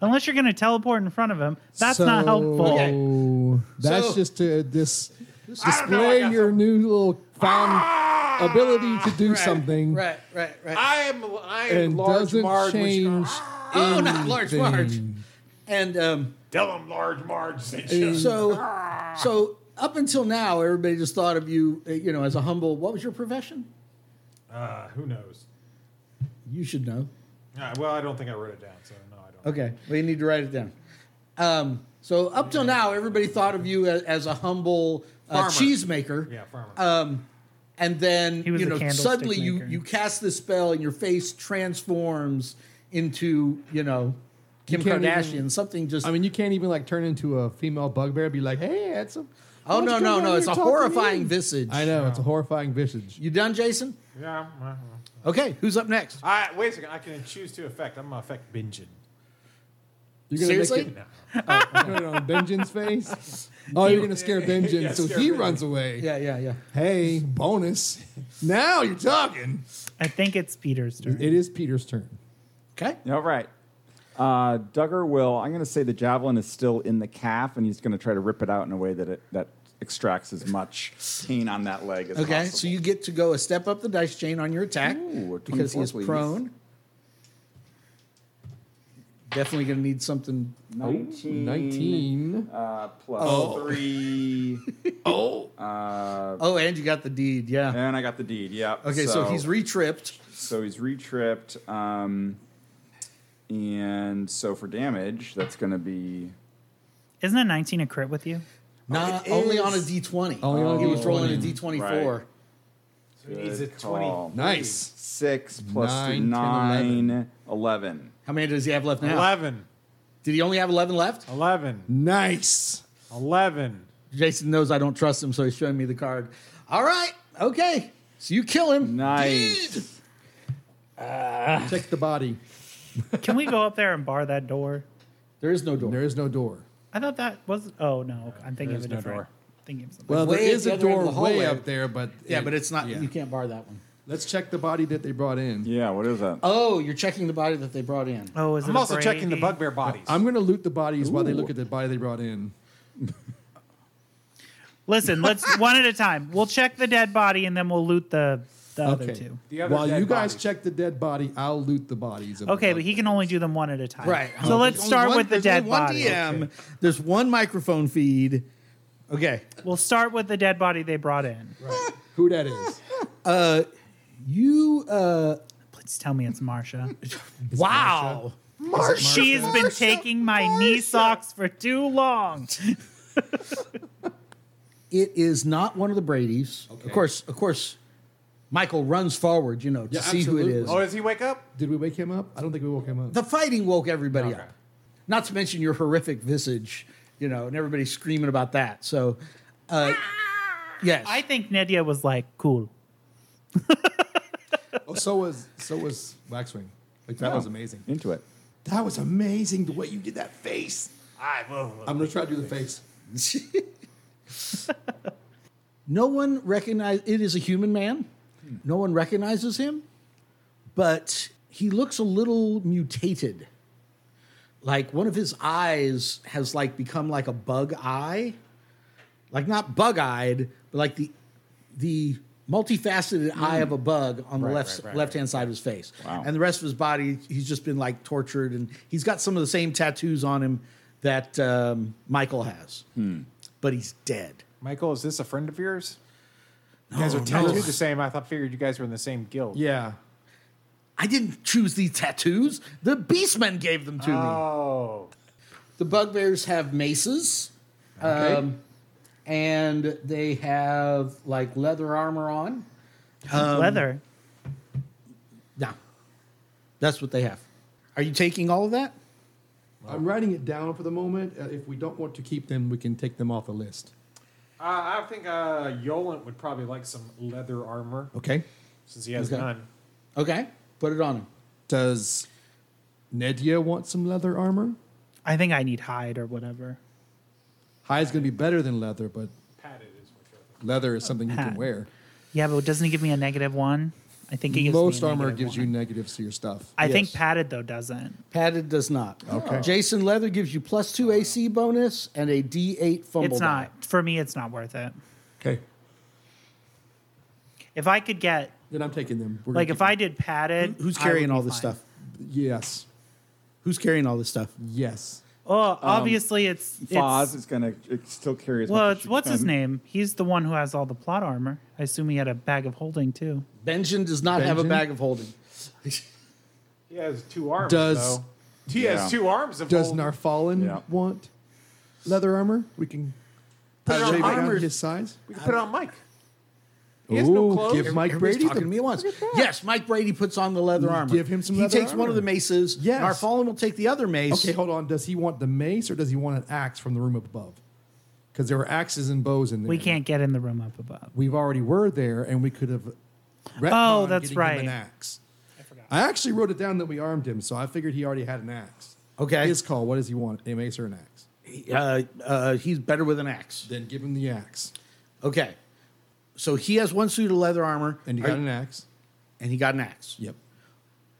S7: Unless you're going to teleport in front of him, that's not
S4: So-
S7: helpful.
S4: That's
S2: So-
S4: just to dis-
S5: don't know, I
S4: display
S5: got
S4: your new little found
S5: Ah!
S4: ability to do something.
S2: Right, right, right.
S5: I am, I am
S4: And
S5: large
S4: doesn't
S5: Marge. which-
S4: change.
S2: oh, not large, large. And um,
S5: Tell him Large Marge sent you.
S2: so, so up until now, everybody just thought of you, uh, you know, as a humble. What was your profession?
S5: Uh, who knows?
S2: You should know.
S5: Uh, well, I don't think I wrote it down, so no, I don't.
S2: Okay, well, you need to write it down. Um, so up till now, everybody thought of you as, as a humble uh,
S5: Farmer.
S2: cheesemaker.
S5: Yeah, farmer.
S4: Uh,
S2: and then
S7: was
S2: you
S7: a
S2: know
S7: candlestick
S2: suddenly you
S7: maker.
S2: you cast this spell and your face transforms into you know Kim
S4: can't
S2: Kardashian.
S4: even-
S2: something just
S4: I mean, you can't even like turn into a female bugbear and be like, hey, that's a.
S2: oh
S4: what's
S2: no
S4: going
S2: no
S4: on
S2: no!
S4: here
S2: It's a
S4: talking to
S2: horrifying
S4: me?
S2: visage.
S4: I know. It's a horrifying visage.
S2: You done, Jason?
S5: yeah. well,
S2: Okay, who's up next?
S5: I, wait a second. I can choose to affect. I'm gonna affect Bingen.
S4: You're gonna
S2: Seriously?
S4: Make it, no, no, Benjamin's face. Oh, you're gonna scare Benjamin,
S5: Yeah,
S4: so
S5: scare
S4: he
S5: Benjamin.
S4: runs away.
S2: Yeah, yeah, yeah.
S4: Hey, bonus! Now you're talking.
S7: I think it's Peter's turn.
S4: It is Peter's turn.
S2: Okay.
S6: All right. Uh, Duggar will. I'm going to say the javelin is still in the calf, and he's going to try to rip it out in a way that it that extracts as much pain on that leg as
S2: Okay,
S6: possible.
S2: so you get to go a step up the dice chain on your attack
S6: Ooh, a
S2: because he
S6: 24,
S2: is
S6: please.
S2: prone. Definitely going to need something. Mm.
S6: 19,
S4: 19.
S6: uh, plus three,
S2: Oh, and you got the deed, yeah.
S6: and Oh, I got the deed. Yeah.
S2: Okay, so, he's retripped.
S6: so he's retripped, um, and so for damage, that's going to be
S7: Isn't a 19 a crit with you?
S2: Not
S6: it
S2: only on a
S6: is. Oh,
S2: d20.
S4: Only on a
S2: he was rolling a
S4: D20.
S2: d24.
S6: Right.
S5: He needs a
S6: Good call.
S5: twenty.
S4: Nice.
S6: six plus
S4: Nine,
S6: nine,
S4: ten, eleven.
S6: 11.
S2: How many does he have left now?
S5: 11.
S2: Did he only have 11 left?
S5: 11.
S4: Nice.
S5: 11.
S2: Jason knows I don't trust him, so he's showing me the card. All right. Okay. So you kill him.
S6: Nice.
S2: Dude.
S4: Check the body.
S7: Can we go up there and bar that door?
S2: There is no door.
S4: There is no door.
S7: I thought that was. Oh, no. I'm thinking of a
S5: There's no
S7: different.
S5: door.
S7: Thinking of something.
S4: Well, there
S2: way at
S4: is
S2: the
S4: a
S2: other end of
S4: door
S2: the hallway.
S4: way up there, but
S2: yeah, but it's not.
S4: yeah.
S2: You can't bar that one.
S4: Let's check the body that they brought in.
S6: Yeah, what is that?
S2: Oh, you're checking the body that they brought in.
S7: oh, is it
S5: I'm
S7: a
S5: also checking the
S7: Brady?
S5: bugbear bodies.
S4: I'm gonna loot the bodies while they
S6: Ooh.
S4: look at the body they brought in.
S7: Listen, let's one at a time. We'll check the dead body and then we'll loot the, the other
S4: Okay.
S7: two.
S5: The other
S4: While
S5: dead
S4: you guys
S5: bodies.
S4: check the dead body, I'll loot the bodies. of the
S7: Okay, but he
S4: bugbears.
S7: can only do them one at a time.
S2: Right.
S7: So
S2: Oh,
S7: let's
S2: there's
S7: start
S2: only
S7: with the
S2: one- there's
S7: dead
S2: only one
S7: body.
S2: DM. There's one microphone feed. Okay.
S7: We'll start with the dead body they brought in.
S4: Who that is?
S2: You. uh
S7: Please tell me it's Marsha.
S2: Wow.
S7: She's been taking my knee socks for too long.
S2: It is not one of the Brady's. Of course. Of course. Michael runs forward, you know, to
S4: Yeah,
S2: see who
S4: absolutely.
S2: it is.
S5: Oh, does he wake up?
S4: Did we wake him up? I don't think we woke him up.
S2: The fighting woke everybody
S5: Okay.
S2: up. Not to mention your horrific visage, you know, and everybody's screaming about that. So, uh, yes.
S7: Ah! I think Nedia was like, cool.
S4: Oh, so was so was Waxwing. Like that
S6: Oh,
S4: was amazing.
S6: Into it.
S4: That was amazing the way you did that face.
S5: I will.
S4: I'm gonna try to do the face.
S2: no one recognizes it is a human man. No one recognizes him, but he looks a little mutated. Like one of his eyes has like become like a bug eye. Like not bug-eyed, but like the the multifaceted eye of a bug on the left left hand side of his face.
S6: Wow.
S2: And the rest of his body, he's just been like tortured and he's got some of the same tattoos on him that um, Michael has. But he's dead.
S5: Michael, is this a friend of yours? You guys are tattooed the same. I thought figured you guys were in the same guild.
S4: Yeah.
S2: I didn't choose these tattoos. The beastmen gave them to me.
S5: Oh,
S2: The bugbears have maces, um, and they have like leather armor on.
S7: Leather.
S2: No, that's what they have. Are you taking all of that?
S4: I'm writing it down for the moment. Uh, if we don't want to keep them, we can take them off the list.
S5: uh, I think uh, Yolent would probably like some leather armor
S4: Okay.
S5: since he has
S2: Okay.
S5: none.
S2: Okay, put it on him.
S4: Does Nedia want some leather armor?
S7: I think I need hide or whatever.
S4: Hide's gonna be better than leather, but
S5: Padded is what you're thinking.
S4: leather is something you can
S7: Hide.
S4: wear.
S7: Yeah, but doesn't he give me a negative one? I think he gives
S4: Most
S7: me a
S4: armor
S7: negative
S4: gives you
S7: one.
S4: negatives to your stuff.
S7: I think
S2: yes.
S7: padded though doesn't.
S2: Padded does not. Oh.
S4: Okay.
S2: Jason leather gives you plus two AC bonus and a D8 fumble.
S7: it's
S2: die.
S7: not for me. It's not worth it.
S4: Okay.
S7: If I could get
S4: Then I'm taking them. We're gonna
S7: like
S4: keep
S7: if I did padded,
S2: Who's
S7: I
S2: carrying
S7: would be
S2: all this
S7: fine.
S2: stuff?
S4: them. Yes.
S2: Who's carrying all this stuff?
S4: Yes.
S2: Um,
S7: Oh, obviously it's, it's
S6: Foz is gonna it's still curious.
S7: well, it's what's his name? He's the one who has all the plot armor. I assume he had a bag of holding too.
S2: Benjen does not have a
S4: Benjen?
S2: bag of holding.
S5: He has two arms.
S4: Does-
S5: though. he
S6: Yeah.
S5: has two arms? Of
S4: Does
S5: old-
S4: Narfallen
S6: Yeah.
S4: want leather armor? We can
S5: Put it on
S4: shave down
S5: armor.
S4: his size.
S5: We can put it on Mike. He has no
S4: Ooh,
S5: clothes.
S4: give Mike
S2: Everybody's
S4: Brady
S2: talking to
S4: the
S2: me at once. Yes, Mike Brady puts on the leather armor.
S4: Give him some
S2: He
S4: leather
S2: takes one
S4: armor.
S2: of the maces.
S4: Yes.
S2: Narfallen will take the other mace.
S4: Okay, hold on. Does he want the mace or does he want an axe from the room up above? Because there were axes and bows in there.
S7: We can't get in the room up above.
S4: We've already were there, and we could have. retconned
S7: Oh,
S4: getting
S7: that's
S4: him
S7: right.
S4: An axe. I actually wrote it down that we armed him, so I figured he already had an axe.
S2: Okay.
S4: His call. What does he want? A mace or an axe?
S2: Uh, uh, he's better with an axe.
S4: Then give him the axe.
S2: Okay. So he has one suit of leather armor,
S4: And he
S2: Are-
S4: got an axe.
S2: and he got an axe.
S4: Yep.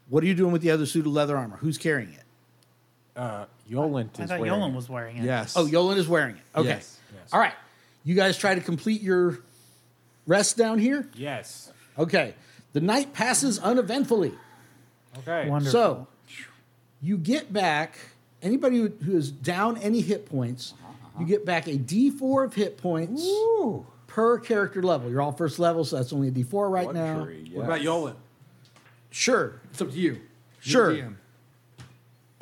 S2: What are you doing with the other suit of leather armor? Who's carrying it?
S5: Uh, Yolent
S7: I
S5: is
S7: thought
S5: wearing
S7: Yolan
S5: it.
S7: was wearing it.
S4: Yes.
S2: Oh, Yolan is wearing it. Okay.
S4: Yes.
S5: Yes.
S2: All right. You guys try to complete your rest down here.
S5: Yes.
S2: Okay. The night passes uneventfully.
S5: Okay.
S7: Wonderful.
S2: So you get back anybody who- who is down any hit points,
S4: Uh-huh,
S2: you get back a D4 of hit points per character level. You're all first level, so that's only a D4 right now.
S5: What about Yolent?
S2: Sure,
S4: It's up to you. You're the
S2: Sure.
S4: DM.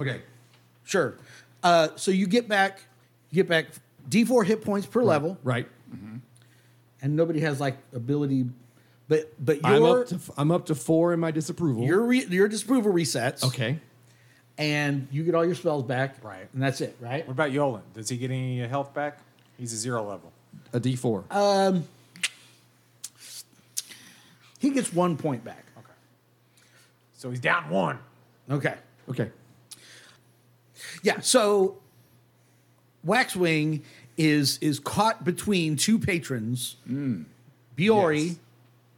S4: Okay.
S2: sure. Uh, so you get back, you get back D4 hit points per level,
S4: Right.
S2: and nobody has like ability, but but
S4: I'm
S2: your
S4: up to I'm up to four in my disapproval.
S2: your re, your disapproval resets,
S4: okay.
S2: and you get all your spells back,
S5: Right.
S2: and that's it, right?
S5: What about Yolan? Does he get any uh, health back? He's a zero level.
S4: A D four.
S2: He gets one point back.
S5: So he's down one.
S2: Okay.
S4: okay.
S2: Yeah. So Waxwing is is caught between two patrons, Biori.
S4: Yes.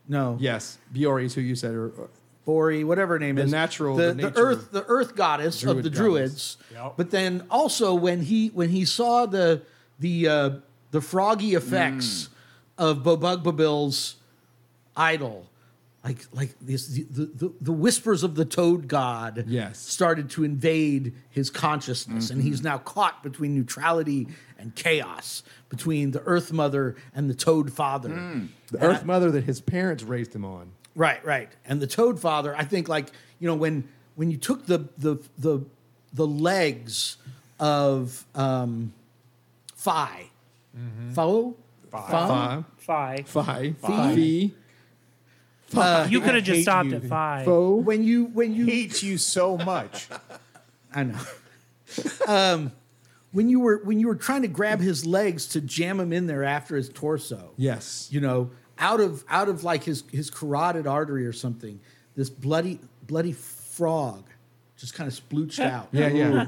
S2: No,
S4: Yes. Biori is who you said. uh, Or, or-
S2: Bori, whatever her name
S4: The
S2: is,
S4: natural-
S2: the,
S4: the
S2: the
S4: nature-
S2: earth, the earth goddess of
S4: Druid
S2: the
S4: goddess.
S2: druids.
S5: Yep.
S2: But then also when he when he saw the the uh, the froggy effects
S4: Hmm.
S2: of Bobugbabil's idol, like like this, the, the the whispers of the toad god,
S4: Yes. Mm-hmm.
S2: started to invade his consciousness, and he's now caught between neutrality and chaos, between the Earth Mother and the Toad Father.
S4: the Earth Mother that his parents raised him on.
S2: Right, right. And the Toad Father, I think, like you know, when when you took the the the the legs of um, Phi,
S4: Mm-hmm.
S2: Fo, Phi,
S4: Five.
S7: Phi.
S4: Phi. Phi.
S7: you could
S5: I
S7: have just
S5: hate
S7: stopped
S5: you.
S7: at five.
S4: Foe.
S2: When you when you
S5: Hate you so much.
S2: I know. um, when you were when you were trying to grab his legs to jam him in there after his torso.
S4: Yes.
S2: You know, out of out of like his his carotid artery or something, this bloody bloody frog just kind of splooched out.
S4: Yeah, yeah.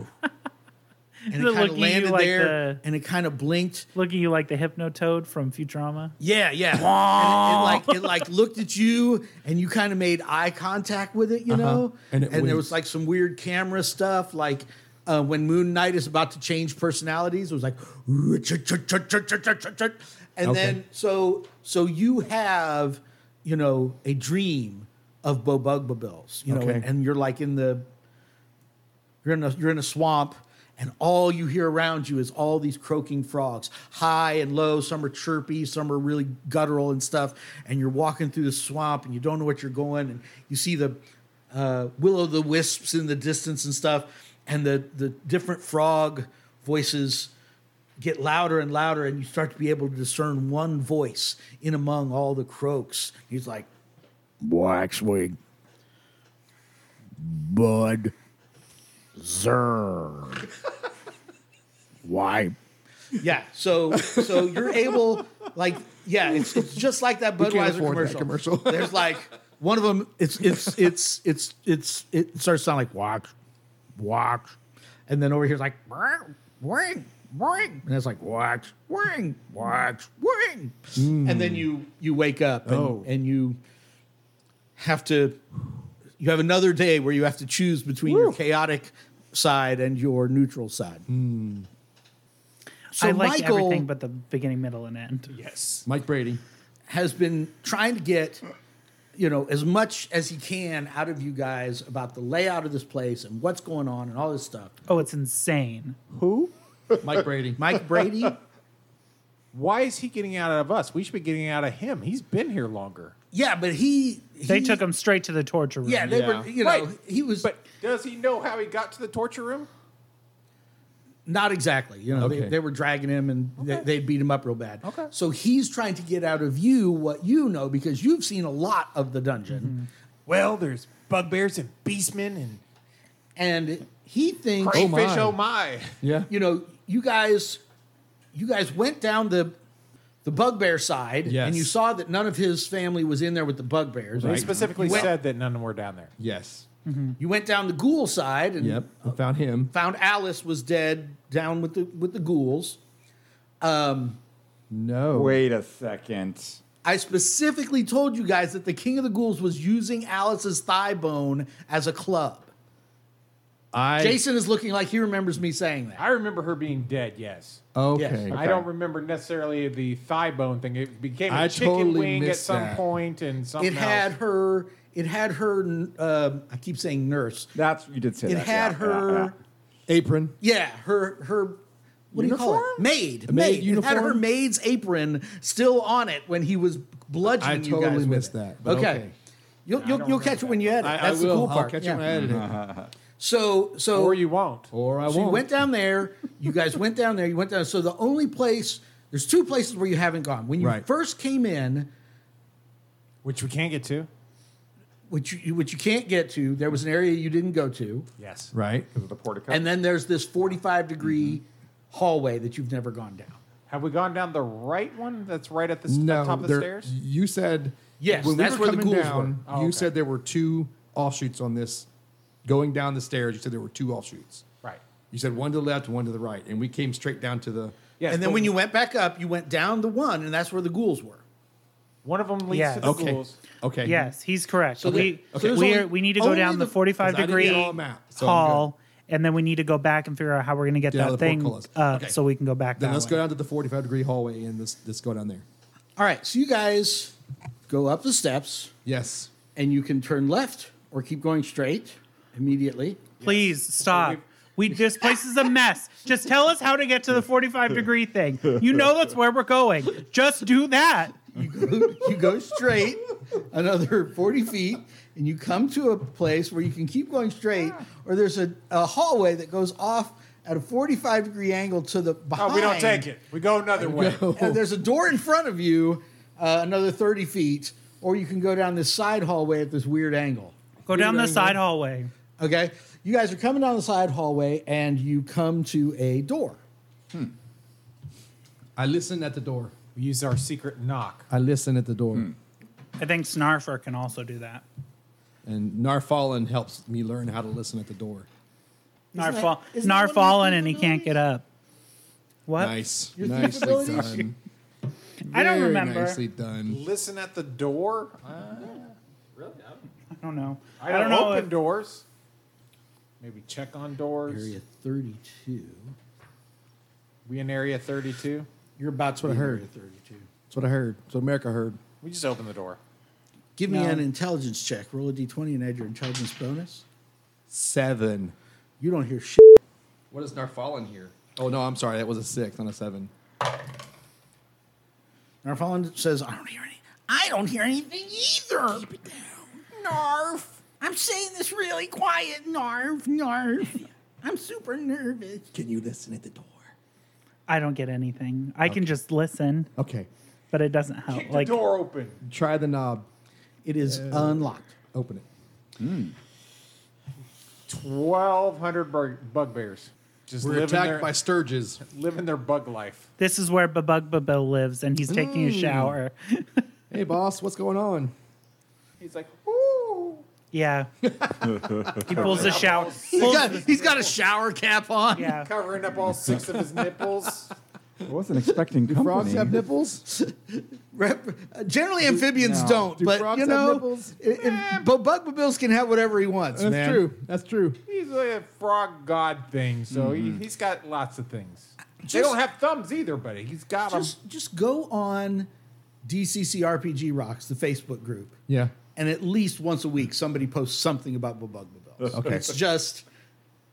S2: And
S7: Does it
S2: it kind
S7: look at
S2: of
S7: you
S2: landed
S7: like
S2: there
S7: the-
S2: and it kind of blinked.
S7: Look at you like the Hypnotoad from Futurama.
S2: Yeah, yeah. And it, it like it like looked at you and you kind of made eye contact with it, you know? And,
S4: And it
S2: there
S4: winked.
S2: was like some weird camera stuff, like uh, when Moon Knight is about to change personalities, it was like and then so so you have, you know, a dream of Bobugbabills, you know,
S4: Okay.
S2: and, and you're like in the you're in a you're in a swamp, and all you hear around you is all these croaking frogs, high and low. Some are chirpy, some are really guttural and stuff. And you're walking through the swamp, and you don't know what you're going. And you see the uh, will o' the wisps in the distance and stuff. And the the different frog voices get louder and louder, and you start to be able to discern one voice in among all the croaks. He's like,
S1: Waxwing. Bud. Zer. Why?
S2: Yeah. So so you're able like yeah, it's, it's just like that
S4: can't
S2: Budweiser
S4: afford that
S2: commercial.
S4: commercial.
S2: There's like one of them. It's it's it's it's it's it starts sounding like watch, watch, and then over here's like "Wang, wing wing, and it's like watch wing watch wing, and then you you wake up and,
S4: Hmm. Oh.
S2: and you have to you have another day where you have to choose between your chaotic side and your neutral side. So
S7: I liked
S2: Michael
S7: everything but the beginning, middle, and end.
S5: Yes.
S4: Mike Brady.
S2: has been trying to get you know as much as he can out of you guys about the layout of this place and what's going on and all this stuff.
S7: Oh, it's insane.
S4: Mike Brady.
S2: Mike Brady,
S5: Why is he getting out of us? We should be getting out of him. He's been here longer.
S2: yeah, but he,
S7: They
S2: he-
S7: took him straight to the torture room.
S2: Yeah, they
S5: Yeah.
S2: were you know
S5: Right.
S2: he was
S5: But does he know how he got to the torture room?
S2: not exactly you know
S4: Okay.
S2: they, they were dragging him and
S5: Okay.
S2: they, they beat him up real bad.
S5: Okay.
S2: so he's trying to get out of you what you know because you've seen a lot of the dungeon.
S5: Well, there's bugbears and beastmen and Mm-hmm.
S2: and he thinks
S5: crayfish. Oh
S4: my.
S5: my! Oh my.
S4: Yeah.
S2: you know you guys you guys went down the the bugbear side
S4: Yes.
S2: and you saw that none of his family was in there with the bugbears
S5: He specifically
S2: Well-
S5: said that none of them were down there.
S4: Yes.
S2: you went down the ghoul side and
S4: Yep. We found him.
S2: found alice was dead down with the with the ghouls
S4: No.
S6: Wait a second.
S2: i specifically told you guys that the king of the ghouls was using alice's thigh bone as a club
S4: I.
S2: jason is looking like he remembers me saying that
S5: I remember her being dead. Yes.
S4: Okay.
S5: I don't remember necessarily the thigh bone thing. It became a
S4: I
S5: chicken
S4: totally
S5: wing at
S4: missed
S5: some
S4: that.
S5: point and something
S2: it had
S5: else.
S2: her it had her uh, i keep saying nurse
S6: That's you did say
S2: it
S6: that.
S2: had
S6: Yeah,
S2: her
S6: yeah, yeah.
S4: Apron.
S2: Yeah, her her what do you call it?
S4: Uniform?
S2: Maid.
S4: A maid
S2: maid. It had her
S4: uniform?
S2: maid's apron still on it when he was bludgeoning
S4: I
S2: you guys.
S4: totally
S2: with
S4: missed
S2: it.
S4: that, but
S2: Okay.
S4: okay.
S2: You'll, you'll, you'll catch it when you edit.
S4: I, I
S2: That's
S4: will.
S2: the cool part.
S4: I'll catch
S2: yeah.
S4: it when I edit it.
S2: So so
S5: Or you won't.
S4: Or I
S2: so
S4: won't.
S2: you went down there. You guys went down there. You went down. So the only place there's two places where you haven't gone. When you
S4: Right.
S2: first came in,
S5: Which we can't get to.
S2: which you, which you can't get to, there was an area you didn't go to,
S5: Yes.
S4: Right.
S6: Because of the portico.
S2: and then there's this 45 degree
S4: Mm-hmm.
S2: hallway that you've never gone down.
S5: Have we gone down the right one that's right at the s-
S4: No.
S5: top of the
S4: there-
S5: stairs?
S4: You said.
S2: Yes,
S4: When
S2: that's
S4: we were
S2: where the
S4: coming
S2: ghouls
S4: down,
S5: were. Oh,
S4: you
S5: okay.
S4: said there were two offshoots on this. Going down the stairs, you said there were two offshoots.
S5: Right.
S4: You said one to the left, one to the right, and we came straight down to the.
S5: Yes.
S2: and then
S5: but
S2: when you went back up, you went down the one, and that's where the ghouls were.
S5: one of them leads
S7: Yes.
S5: to the
S4: Okay.
S5: ghouls.
S4: Okay.
S7: Yes, he's correct.
S2: So
S7: we
S2: the- okay.
S7: we,
S2: there's
S7: are,
S2: only-
S7: we need to go
S2: only
S7: down the,
S2: the-
S4: 'cause
S7: 45
S4: I didn't
S7: degree
S4: get all them out, so I'm
S7: hall, and then we need to go back and figure out how we're going to get
S4: Get out
S7: that
S4: of the
S7: thing
S4: portcullis.
S7: up
S4: Okay.
S7: so we can go back
S4: Then
S7: that
S4: let's
S7: way.
S4: go down to the 45 degree hallway and let's, let's go down there.
S2: All right, so you guys go up the steps,
S4: Yes.
S2: and you can turn left or keep going straight immediately.
S7: Please stop. We this place is a mess. Just tell us how to get to the 45 degree thing. You know that's where we're going. Just do that.
S2: you go straight another 40 feet, and you come to a place where you can keep going straight, or there's a, a hallway that goes off at a 45 degree angle to the behind.
S5: Oh, we don't take it. We go another way.
S2: And there's a door in front of you, uh, another 30 feet. or you can go down this side hallway at this weird angle.
S7: Go down the side hallway.
S2: Okay, you guys are coming down the side hallway and you come to a door.
S4: I listen at the door. Hmm.
S5: We use our secret knock.
S4: I listen at the door.
S7: I think Snarfer can also do that.
S4: And Narfallen helps me learn how to listen at the door.
S7: Narfall,
S2: isn't that what
S7: Narfallen,
S2: happened
S7: and he
S2: to
S7: can't get up. What?
S4: Nice.
S2: Your
S4: nicely
S2: capabilities?
S4: done.
S7: I don't
S4: Very
S7: remember.
S4: Nicely done.
S5: Listen at the door. Uh, really?
S7: I don't know.
S5: I
S7: I
S5: don't,
S7: don't know.
S5: open
S7: if-
S5: doors. Maybe check on doors.
S2: Area 32.
S5: We in area 32.
S2: You're about to
S4: what I
S2: be in
S4: heard.
S2: Area 32.
S4: That's what I heard. That's what America heard.
S5: We just open the door.
S2: Give me
S7: No.
S2: an intelligence check. Roll a d20 and add your intelligence bonus.
S4: Seven.
S2: You don't hear shit.
S4: What is Narfallen here? Oh no, I'm sorry. That was a six, not a seven.
S2: Narfallen says, I don't hear any. I don't hear anything either. Keep it down. Narf. I'm saying this really quiet. Narf, narf. I'm super nervous.
S4: Can you listen at the door?
S7: I don't get anything. I can just listen,
S4: Okay.
S7: but it doesn't help.
S5: Kick
S7: like
S5: the door open.
S4: Try the knob.
S2: It is unlocked.
S4: Open it.
S5: 1,200 bug, bugbears. Just
S4: We're
S5: living
S4: attacked
S5: their,
S4: by Sturges.
S5: living their bug life.
S7: this is where Babug Babil lives, and he's taking a
S4: Mm.
S7: shower.
S4: Hey boss, what's going on?
S5: He's like, whoo.
S7: Yeah, he pulls a shower. Pulls,
S2: he's got a shower cap on.
S7: yeah,
S5: Covering up all six of his nipples.
S6: I wasn't expecting company.
S4: Frogs have nipples?
S2: Rep- uh, generally, amphibians
S6: no.
S2: don't,
S4: Do
S2: but
S4: frogs
S2: you
S4: have
S2: know,
S4: nipples?
S2: if, if, but Bug Babils can have whatever he wants,
S4: That's
S2: man.
S4: true. That's true.
S5: He's a frog god thing, so he, he's got lots of things. they don't have thumbs either, but he's got them.
S2: Just just go on DCC RPG Rocks, the Facebook group,
S4: Yeah.
S2: and at least once a week somebody posts something about Bug Babils.
S4: Okay.
S2: It's just,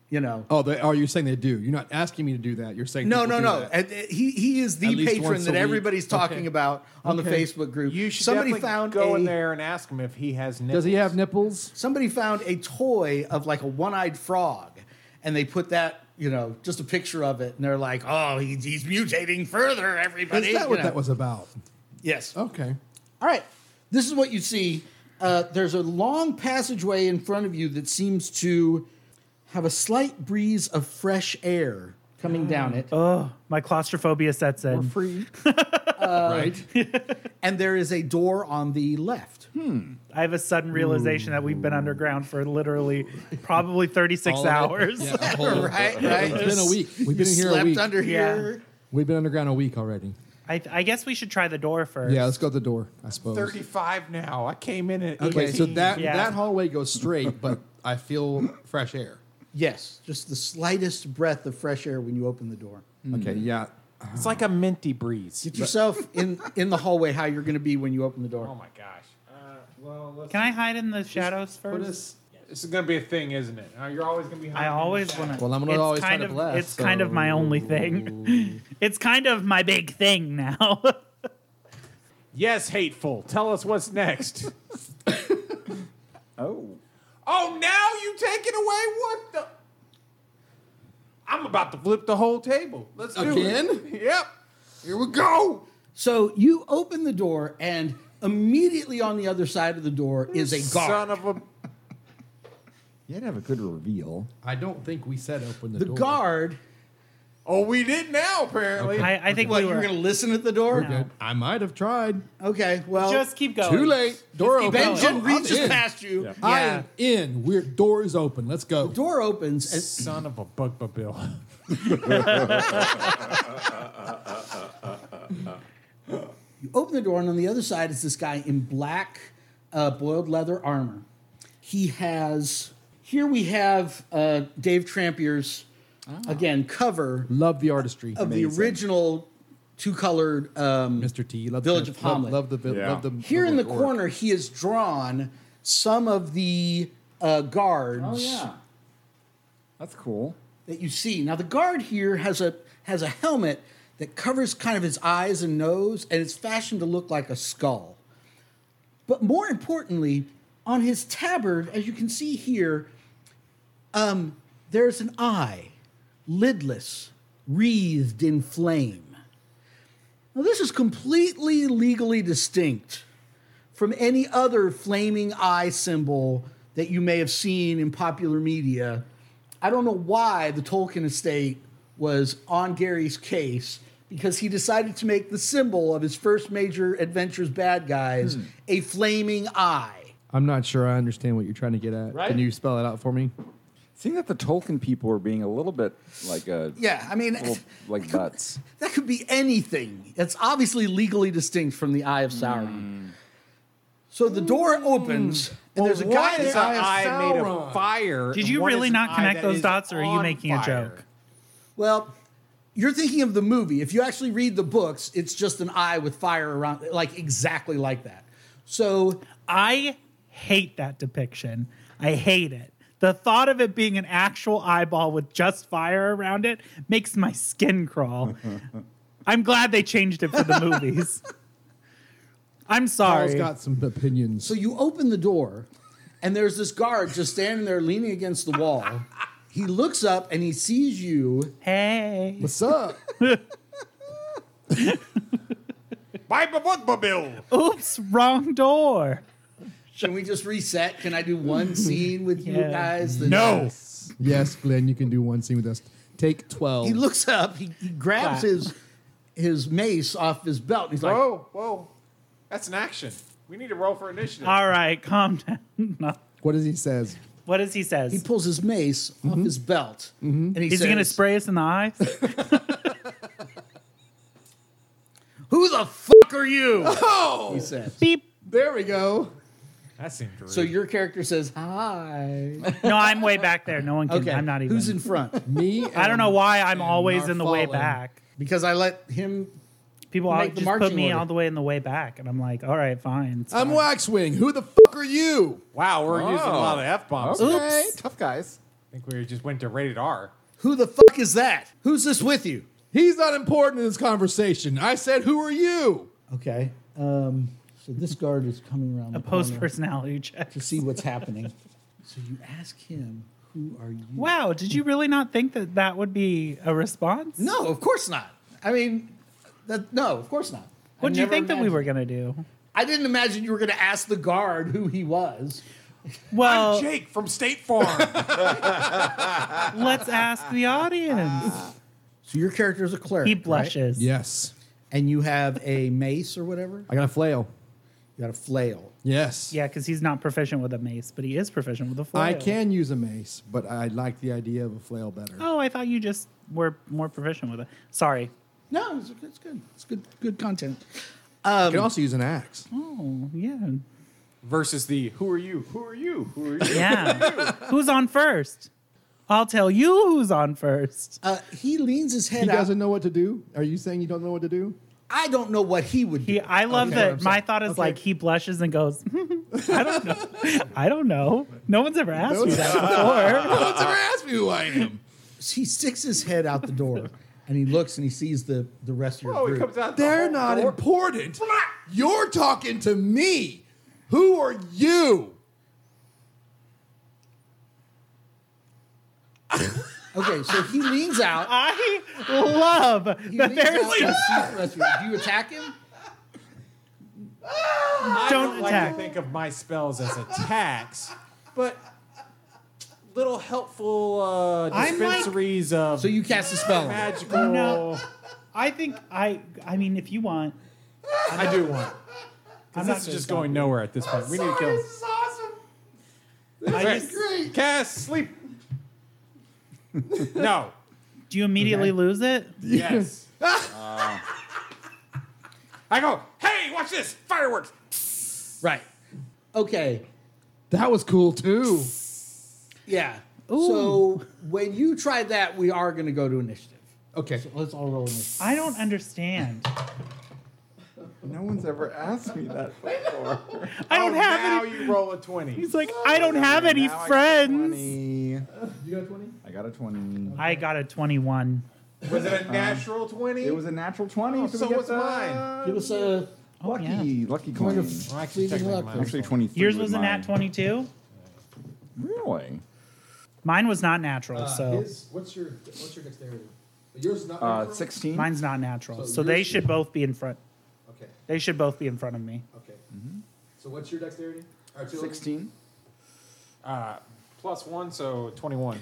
S2: you know.
S4: Oh, they, oh, you're saying they do. You're not asking me to do that. You're saying
S2: No, no,
S4: people do
S2: no.
S4: that.
S2: And, uh, He he is
S4: At
S2: the
S4: least
S2: patron
S4: once a
S2: that
S4: week.
S2: everybody's talking
S4: Okay.
S2: about on the
S4: Okay.
S2: Facebook group.
S5: You should
S2: somebody
S5: definitely
S2: found
S5: go
S2: a,
S5: in there and ask him if he has nipples.
S4: Does he have nipples?
S2: somebody found a toy of like a one-eyed frog and they put that you know just a picture of it and they're like oh he's, he's mutating further everybody
S4: Is that
S2: you
S4: what
S2: know.
S4: that was about?
S2: yes
S4: Okay.
S2: all right this is what you see uh, there's a long passageway in front of you that seems to have a slight breeze of fresh air coming down it
S4: Oh.
S7: my claustrophobia sets in.
S4: Free. right.
S2: and there is a door on the left
S4: Hmm.
S7: I have a sudden realization that we've been underground for literally probably 36
S4: All of it.
S7: hours.
S4: Yeah, a whole-
S2: right right
S4: It's been a week. We've been here a
S2: slept
S4: week.
S2: under
S7: Yeah.
S2: here
S4: We've been underground a week already.
S7: I, I guess we should try the door first.
S4: Yeah, let's go to the door, I suppose.
S5: 35 now. I came in at
S4: Okay, so
S5: 18.
S4: that
S7: Yeah.
S4: that hallway goes straight, but I feel fresh air.
S2: yes just the slightest breath of fresh air when you open the door
S4: Okay, yeah.
S5: it's like a minty breeze.
S2: Get yourself in in the hallway how you're going to be when you open the
S5: Oh
S2: door.
S5: my gosh. Uh, well, let's
S7: Can I hide in the shadows first?
S5: This is gonna be a thing, isn't it? Uh, you're always gonna be.
S7: I always want to.
S4: Well, I'm gonna always try
S7: kind
S4: to
S7: of,
S4: blast,
S7: It's kind of my only thing. it's kind of my big thing now.
S5: Yes, hateful. Tell us what's next.
S6: Oh,
S5: oh, now you take it away? What the? I'm about to flip the whole table. Let's do
S4: Again?
S5: it. Yep.
S4: Here we go.
S2: So you open the door, and immediately on the other side of the door is a guard.
S5: Son of a.
S6: you had to have a good reveal.
S4: I don't think we said open the,
S2: the
S4: door.
S2: guard.
S5: Oh, we did now apparently.
S7: I, I think
S2: What
S7: we
S2: you were
S7: were.
S2: going to listen at the door?
S4: Okay, I might have tried.
S2: Okay. Well,
S7: Just keep going.
S4: Too late. Door
S7: keep
S4: open.
S7: going. Oh,
S2: Benjamin
S4: I'm
S2: reaches
S4: in.
S2: past you.
S4: I
S7: Yeah.
S4: am in. We're door is open. Let's go.
S2: Door opens, and
S5: Son of a bug, Bill.
S2: you open the door, and on the other side is this guy in black uh, boiled leather armor. He has here we have uh, Dave Trampier's
S7: Ah.
S2: again cover
S4: Love the artistry.
S2: of the original two colored um,
S4: Mr. T. Love
S2: Village of
S4: love-
S2: Hamlet.
S4: Love, the vi-
S6: Yeah.
S4: love the
S2: Here in the
S4: orc.
S2: corner, he has drawn some of the uh, guards
S6: that's cool.
S2: that you see. Now, the guard here has a has a helmet that covers kind of his eyes and nose, and it's fashioned to look like a skull. But more importantly, on his tabard, as you can see here, um, there's an eye, lidless, wreathed in flame. Now, this is completely legally distinct from any other flaming eye symbol that you may have seen in popular media. I don't know why the Tolkien estate was on Gary's case because he decided to make the symbol of his first major adventures bad guys a flaming eye.
S4: I'm not sure I understand what you're trying to get at.
S5: Right?
S4: Can you spell it out for me?
S6: Seeing that the Tolkien people were being a little bit like a
S2: Yeah, I mean,
S6: little, like butts.
S2: That could be anything. It's obviously legally distinct from the Eye of Sauron. Hmm. So the door opens, and there's a guy
S5: Why is
S2: that's
S5: an eye made of
S4: Sauron.
S5: fire?
S7: Did
S5: and
S7: you
S5: one
S7: really
S5: is an
S7: not
S5: eye
S7: connect
S5: that
S7: those
S5: is
S7: dots, or are you
S5: on
S7: making a
S5: fire?
S7: joke?
S2: Well, you're thinking of the movie. If you actually read the books, it's just an eye with fire around, like exactly like that. So
S7: I hate that depiction. I hate it. The thought of it being an actual eyeball with just fire around it makes my skin crawl. I'm glad they changed it for the movies. I'm
S4: Paul's
S7: sorry.
S4: got some opinions.
S2: So you open the door, and there's this guard just standing there leaning against the wall. He looks up and he sees you.
S7: hey.
S4: What's up?
S5: Buy my vodka bill.
S7: Oops, wrong door.
S2: Can we just reset? Can I do one scene with you
S7: Yeah.
S2: guys? That-
S5: No.
S4: yes, Glenn, you can do one scene with us. Take 12.
S2: He looks up. He, he grabs his his mace off his belt. And he's like,
S5: Whoa, whoa. That's an action. We need to roll for initiative.
S7: All right, calm down. No.
S4: what does he says?
S7: What does he says?
S2: he pulls his mace off his belt, and he
S7: Mm-hmm. Is
S2: says,
S7: he gonna spray us in the eyes?
S2: "Who the fuck are you?" He says.
S7: Beep.
S4: There we go.
S5: that seemed rude.
S2: So your character says, "Hi."
S7: No, I'm way back there. No one can.
S2: Okay,
S7: I'm not even.
S2: Who's in front?
S4: Me.
S7: I don't know
S2: Um,
S7: why I'm always in the way
S4: Marfallen.
S7: back.
S2: Because I let him
S7: People
S2: Make
S7: always
S2: the
S7: just put
S2: marching
S7: me
S2: order.
S7: all the way in the way back, and I'm like, all right, fine. it's
S4: I'm
S7: fine."
S4: Waxwing. Who the fuck are you?
S5: wow, we're using a
S6: Oh.
S5: lot of F bombs.
S4: Okay, tough guys.
S5: I think we just went to rated R.
S2: Who the fuck is that? Who's this with you?
S4: He's not important in this conversation. I said, who are you?
S2: Okay. Um, so this guard is coming around the
S7: a post
S2: corner
S7: personality check.
S2: to see what's happening. So you ask him, "Who are you?"
S7: Wow, did you really not think that that would be a response?
S2: No, of course not. I mean, that, no, of course not. I
S7: What did you
S2: never
S7: think that we
S2: imagined-
S7: were gonna do?
S2: I didn't imagine you were going to ask the guard who he was.
S7: Well,
S5: Jake from State Farm.
S7: let's ask the audience.
S2: So your character is a cleric.
S7: He
S2: right?
S7: blushes.
S4: Yes.
S2: and you have a mace or whatever.
S4: I got a flail.
S2: You got a flail.
S4: Yes.
S7: Yeah, because he's not proficient with a mace, but he is proficient with a flail.
S4: I can use a mace, but I like the idea of a flail better.
S7: Oh, I thought you just were more proficient with it. Sorry.
S2: No, it's, it's good. It's good. Good content.
S4: I can also use an axe.
S7: Oh, yeah.
S5: Versus the who are you? Who are you? Who are you?
S7: Yeah. who's on first? I'll tell you who's on first.
S2: Uh, he leans his head
S4: He
S2: out.
S4: doesn't know what to do. Are you saying you don't know what to do?
S2: I don't know what he would do.
S7: He, I love
S2: Okay.
S7: that. My thought is like he blushes and goes, "Hmm, "I don't know. I don't know. No one's ever asked me that before."
S4: Don't ever ask me who I am.
S2: he sticks his head out the door and he looks and he sees the, the rest of your
S5: Oh, he
S2: group.
S5: comes out. the
S4: They're
S5: whole
S4: not
S5: door.
S4: important. You're talking to me. Who are you?
S2: Okay, so he leans out.
S7: I love
S2: He
S7: that
S2: leans out
S7: there's
S2: and sees the rest of you. Do you attack him?
S5: I
S7: don't
S5: like to
S7: attack.
S5: think of my spells as attacks, but little helpful uh,
S7: I'm like-
S5: dispensaries of
S2: So you cast a spell. on him.
S5: magical.
S7: No. I think I. I mean, if you want,
S5: I do want.
S7: I'm
S5: Because
S7: not
S5: this is
S7: gonna
S5: just
S7: stop
S5: going
S7: you.
S5: nowhere at this point. We need to kill.
S4: is awesome.
S7: I
S5: Right.
S7: just,
S5: Cast sleep. no.
S7: do you immediately lose it?
S5: Yes. Um. I go. Hey, watch this fireworks.
S2: Right. Okay.
S4: That was cool too.
S2: Yeah. So when you try that, we are going to go to initiative.
S4: Okay.
S2: So let's all roll initiative.
S7: I don't understand.
S6: No one's ever asked me that before.
S7: I don't
S5: Oh,
S7: have
S5: now
S7: any.
S5: you roll a twenty.
S7: He's like, I don't have any
S6: Now I got a
S7: friends.
S6: 20.
S4: You got 20?
S6: I got a 20.
S7: I got a 21.
S5: Was it a natural twenty?
S6: It was a natural 20.
S5: Oh,
S6: so
S5: so
S6: we get
S5: was
S6: the-
S5: mine.
S2: Give us a
S6: Lucky,
S7: Oh, yeah.
S6: lucky coin.
S5: Well, actually,
S2: Please
S5: technically
S2: look.
S5: mine
S6: Actually, 23.
S7: Yours was a
S6: mine.
S7: nat 22.
S6: Really?
S7: Mine was not natural,
S4: Uh,
S7: so
S4: what's your what's your dexterity? Yours not
S6: Uh, 16?
S7: mine's not natural. So,
S4: So
S7: they
S4: yours-
S7: should both be in front.
S4: Okay.
S7: They should both be in front of me.
S4: Okay.
S9: So what's your dexterity? Or two of them?
S6: 16.
S5: Plus one, so 21.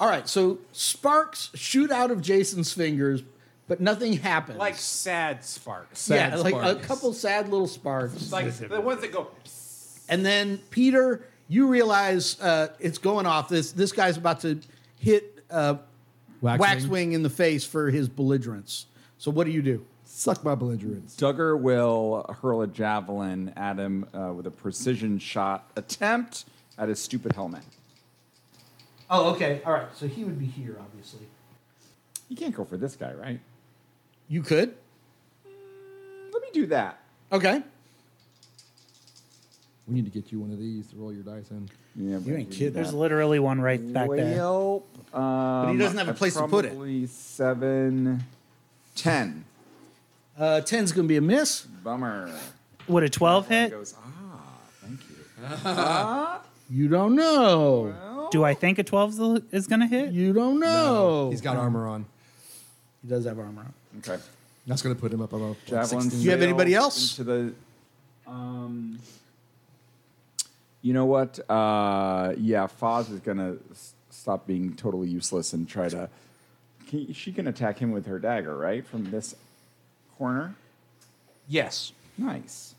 S2: All right, so sparks shoot out of Jason's fingers, but nothing happens.
S5: Like sad sparks.
S2: yeah, like
S3: sparks.
S2: a couple sad little sparks.
S5: Like the ones that go. "Psst."
S2: And then Peter, you realize uh, it's going off. This this guy's about to hit uh,
S4: Waxwing.
S2: Waxwing in the face for his belligerence. So what do you do?
S4: Suck my belligerence.
S6: Duggar will hurl a javelin at him uh, with a precision shot attempt at his stupid helmet.
S2: Oh, okay, all right. So he would be here, obviously.
S6: You can't go for this guy, right?
S2: You could.
S6: Let me do that.
S2: Okay.
S4: We need to get you one of these to roll your dice in.
S6: Yeah,
S2: You ain't kidding.
S7: There's literally one right back there.
S6: Well, but
S2: he doesn't have a place to put it.
S6: Probably seven, ten.
S2: Uh, ten's gonna be a miss.
S6: Bummer.
S7: Would a 12 hit?
S6: Goes ah, thank you.
S2: You don't know.
S7: Do I think a 12 is going to hit?
S2: You don't know.
S4: He's got armor on.
S2: he does have armor on.
S6: Okay.
S4: That's going to put him up above. like,
S6: Javelin.
S4: 16.
S2: Do you have
S6: sails
S2: anybody else?
S6: Into the, um, you know what? Uh, yeah, Foz is gonna s- stop being totally useless and try to. Can, she can attack him with her dagger, right, from this corner.
S2: Yes.
S6: Nice.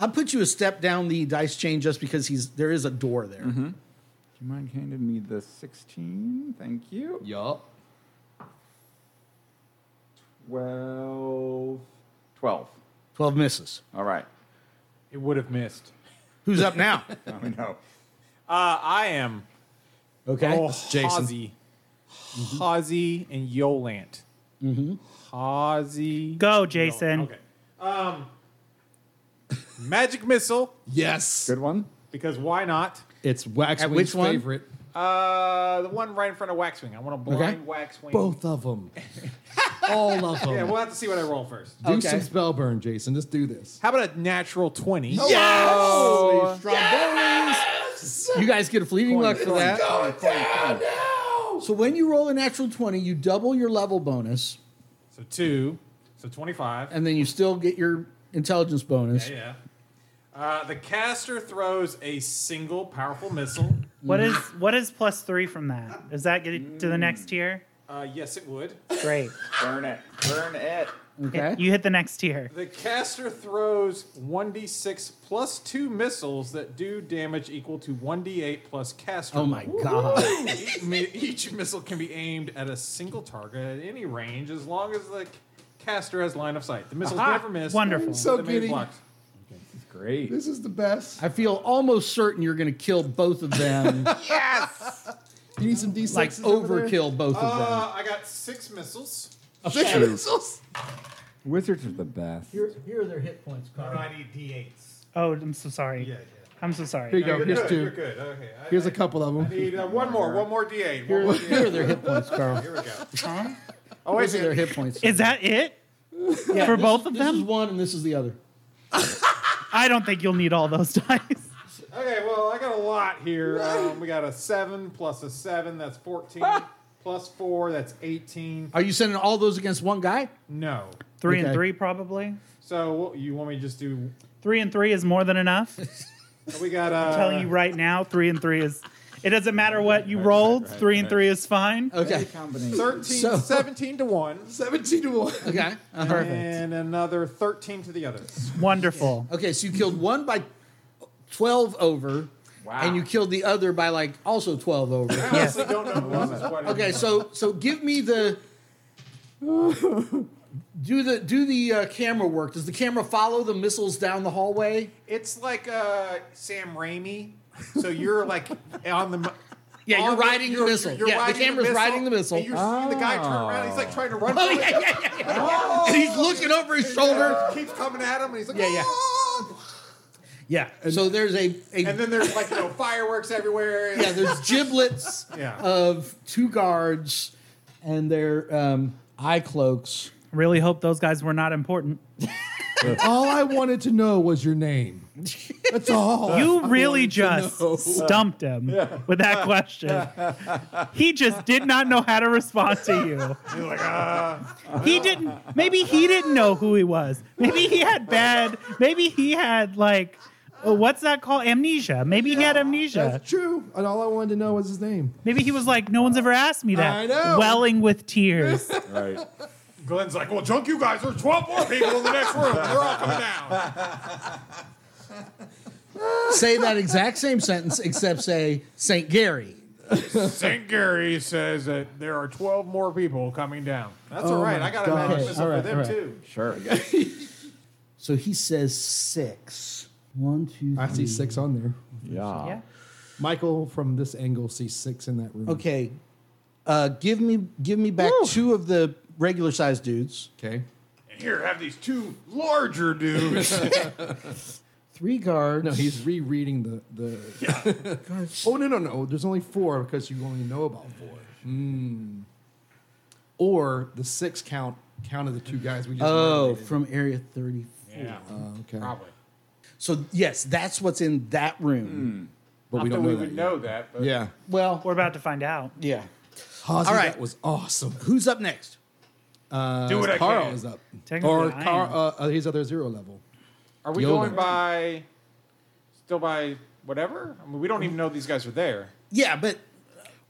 S2: I'll put you a step down the dice chain just because he's there is a door there.
S6: Do you mind handing me the sixteen? Thank you.
S9: Yup.
S6: Twelve. Twelve.
S2: Twelve misses.
S6: All right.
S5: It would have missed.
S2: Who's up now?
S6: Oh no.
S5: Uh, I am.
S2: Okay.
S5: Oh,
S4: Jason.
S5: Hawsey. Hawsey and Yolant. Mm-hmm. Hawsey.
S7: Go, Jason.
S5: Okay. Um, magic missile,
S4: Yes.
S6: Good one.
S5: because why not?
S4: It's Waxwing's
S2: At which one?
S4: favorite.
S5: Uh, the one right in front of Waxwing. I want to blind Waxwing.
S4: Both of them. All of them.
S5: Yeah, we'll have to see what I roll first.
S4: do
S2: Okay.
S4: some spell burn, Jason. Just do this.
S5: How about a natural 20?
S2: Yes! You guys get a fleeting luck for that. So when you roll a natural 20, you double your level bonus,
S5: So two. So 25.
S2: and then you still get your intelligence bonus.
S5: Yeah. Uh, the caster throws a single powerful missile.
S7: What is what is plus three from that? Does that get it to the next tier?
S5: Uh, yes, it would.
S7: Great.
S6: Burn it. Burn it.
S2: Okay.
S7: You hit the next tier.
S5: The caster throws 1d6 plus two missiles that do damage equal to 1d8 plus caster.
S2: Oh my god.
S5: each, mi- each missile can be aimed at a single target at any range as long as the c- caster has line of sight. The missiles
S7: Aha!
S5: never miss.
S7: Wonderful.
S4: So
S5: So the main
S4: giddy.
S5: blocks.
S6: Great.
S4: This is the best.
S2: I feel almost certain you're going to kill both of them,
S4: You need some D6s.
S2: like overkill both of
S5: Uh, I got six missiles.
S6: Wizards are the best.
S2: them. Uh, Here are their hit points.
S5: I need d8s.
S7: Oh, I'm so sorry.
S5: Yeah, yeah.
S7: I'm so
S4: Here
S7: sorry.
S4: you go. Here's
S5: good, You're
S4: two.
S5: good. Okay. I-
S4: Here's a
S5: I
S4: couple of them.
S5: need, uh, one more. One more d8. One more
S2: Here are
S5: d8.
S2: their hit points, Carl.
S5: Here we go.
S7: Huh?
S5: Oh, wait a
S2: Those are
S5: second.
S2: their hit points.
S7: Is that it for both of
S2: This is
S7: them?
S2: one and this is the other.
S7: I don't think you'll need all those dice.
S5: Okay, well, I got a lot here. Um, we got a 7 plus a 7, that's 14. plus 4, that's 18.
S2: Are you sending all those against one guy?
S5: No.
S7: Three and
S2: Okay.
S7: three probably.
S5: So, what- you want me to just do.
S7: Three and three is more than enough.
S5: We got. Uh,
S7: telling you right now, three and three is. It doesn't matter what you rolled. three and three is fine.
S2: Okay.
S5: 13,
S2: So-
S5: 17 to 1,
S4: 17 to 1.
S2: Okay. Uh-huh.
S5: and another 13 to the other.
S7: Wonderful.
S2: Okay, so you killed one by 12 over. And you killed the other by like also 12 over.
S5: I honestly don't know who this is what.
S2: okay, so so give me the do the do the uh, camera work. Does the camera follow the missiles down the hallway?
S5: It's like uh, Sam Raimi. So, you're like on the.
S2: Yeah, you're
S5: on
S2: riding the
S5: you're-
S2: missile.
S5: you're
S2: Yeah, the
S5: riding
S2: camera's riding the missile.
S5: And you're seeing the guy turn around. He's like trying to run.
S2: Oh
S5: from
S2: yeah,
S5: it.
S2: yeah, yeah, yeah. And he's looking over his shoulder.
S5: Keeps coming at him, and he's like,
S2: Yeah, yeah.
S5: "Ah!"
S2: Yeah. So there's a, a
S5: And then there's like you know fireworks everywhere.
S2: yeah, there's giblets
S5: Yeah.
S2: of two guards and their um, eye cloaks.
S7: Really hope those guys were not important.
S4: All I wanted to know was your name.
S2: That's all.
S7: You really just stumped him with that question. he just did not know how to respond to you. he didn't. Maybe he didn't know who he was. Maybe he had bad. Maybe he had like, oh, what's that called? Amnesia. Maybe he had amnesia.
S4: That's true. And all I wanted to know was his name.
S7: Maybe he was like, no one's ever asked me that.
S4: I know.
S7: Welling with tears.
S6: Right.
S5: Glenn's like, well, junk you guys. There's 12 more people in the next room. and They're all coming down.
S2: say that exact same sentence, except say St. Gary.
S5: St. Gary says that there are 12 more people coming down. Oh That's all right. I got to
S4: God.
S5: imagine
S4: Okay,
S5: this
S4: all
S5: up
S4: right,
S5: for them,
S4: all right.
S5: too.
S6: Sure.
S2: So he says six. One, two,
S4: I see
S2: three.
S4: six on there.
S6: Yeah.
S7: Yeah.
S4: Michael from this angle sees six in that room.
S2: Okay. Uh, give me give me back two of the regular sized dudes.
S4: Okay.
S5: And here, have these two larger dudes.
S2: Three guards.
S4: No, he's rereading the the. oh no no no! There's only four because you only know about four. Hmm. Or the six count count of the two guys we just.
S2: Oh,
S4: narrated.
S2: from area 34.
S5: yeah,
S4: okay.
S5: probably.
S2: So, yes, that's what's in that room.
S4: But we
S5: Not
S4: don't know
S5: that we
S4: that
S5: would
S4: yet.
S5: know that. But
S4: Yeah.
S2: Well,
S7: We're about to find out.
S2: yeah.
S4: Hazi,
S2: All right.
S4: that was awesome.
S2: Who's up next?
S5: do what I
S4: Carl
S5: can.
S4: is up.
S7: Technically,
S4: Or
S7: I am.
S4: Carl, uh, uh, he's at their zero level.
S5: Are we
S4: Yoda.
S5: going by, still by whatever? I mean, we don't even know these guys are there.
S2: Yeah, but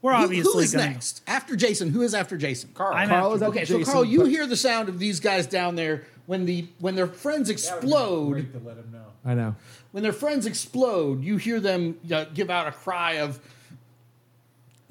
S7: We're
S2: who-
S7: obviously
S2: who is
S7: gonna-
S2: next? After Jason, who is after Jason?
S5: Carl.
S7: I'm
S4: Carl
S7: after-
S4: is up.
S2: Okay,
S4: Jason,
S2: so Carl, you
S4: but-
S2: hear the sound of these guys down there when the when their friends explode.
S5: to let him know.
S4: I know.
S2: When their friends explode, you hear them uh, give out a cry of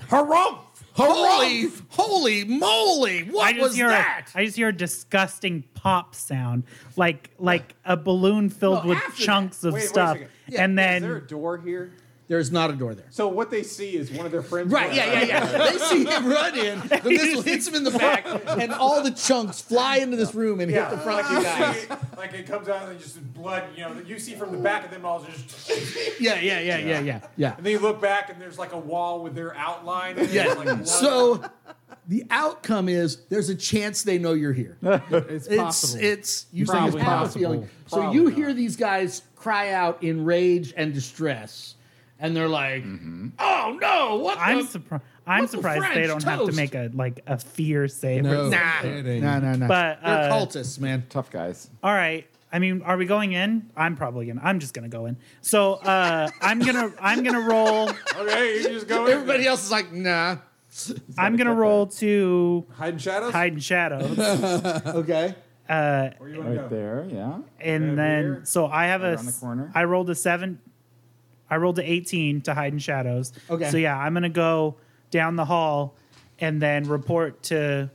S5: Harumph!
S2: "Holy, holy moly!
S7: I
S2: What
S7: just
S2: was
S7: hear
S2: that?"
S7: A, I just hear a disgusting pop sound, like like a balloon filled
S2: No,
S7: with
S2: after that.
S7: chunks of
S5: Wait, wait a
S7: stuff,
S5: second.
S7: and
S5: Is there
S7: then
S5: a door here?
S2: there is not a door there.
S5: So what they see is one of their friends.
S2: Right,
S5: going,
S2: yeah, yeah, yeah. they see him run in, the missile hits him in the back, and all the chunks fly into this room and hit the front
S5: like,
S2: two
S5: you
S2: guys.
S5: see, it- like it comes out and just blood, you know, you see from the back of them all just.
S2: Yeah, yeah, yeah, yeah, yeah, yeah.
S5: And then you look back and there's like a wall with their outline. And
S2: Yeah.
S5: there's, like, blood.
S2: So the outcome is there's a chance they know you're here.
S4: It's
S2: It's
S4: possible.
S2: it's you
S4: think it's
S2: have a
S4: possible.
S2: feeling. So you hear these guys cry out in rage and distress, and they're like,
S4: Mm-hmm.
S2: "Oh no! What?
S7: I'm
S2: the-"
S7: surprised. I'm
S2: What the
S7: surprised they
S2: French
S7: don't have to
S2: toast?
S7: make a like a fear save. or
S4: no,
S7: something.
S2: Nah.
S4: it ain't.
S3: No, no, no.
S7: But
S2: They're
S7: uh,
S2: cultists, man.
S6: Tough guys.
S7: all right. I mean, are we going in? I'm probably gonna. I'm just gonna go in. So uh, I'm gonna. I'm gonna roll.
S5: okay, you just go. in.
S2: Everybody else is like, "Nah."
S7: I'm gonna roll to
S5: hide in shadows.
S7: hide in shadows,
S2: Okay.
S5: Where you want to
S6: Right
S5: go?
S6: there. Yeah.
S7: and
S5: here?
S7: then so I have a.
S6: Around the
S7: s-
S6: corner?
S7: I rolled a seven. I rolled a 18 to hide in shadows.
S2: Okay.
S7: So yeah, I'm gonna go down the hall, and then report to,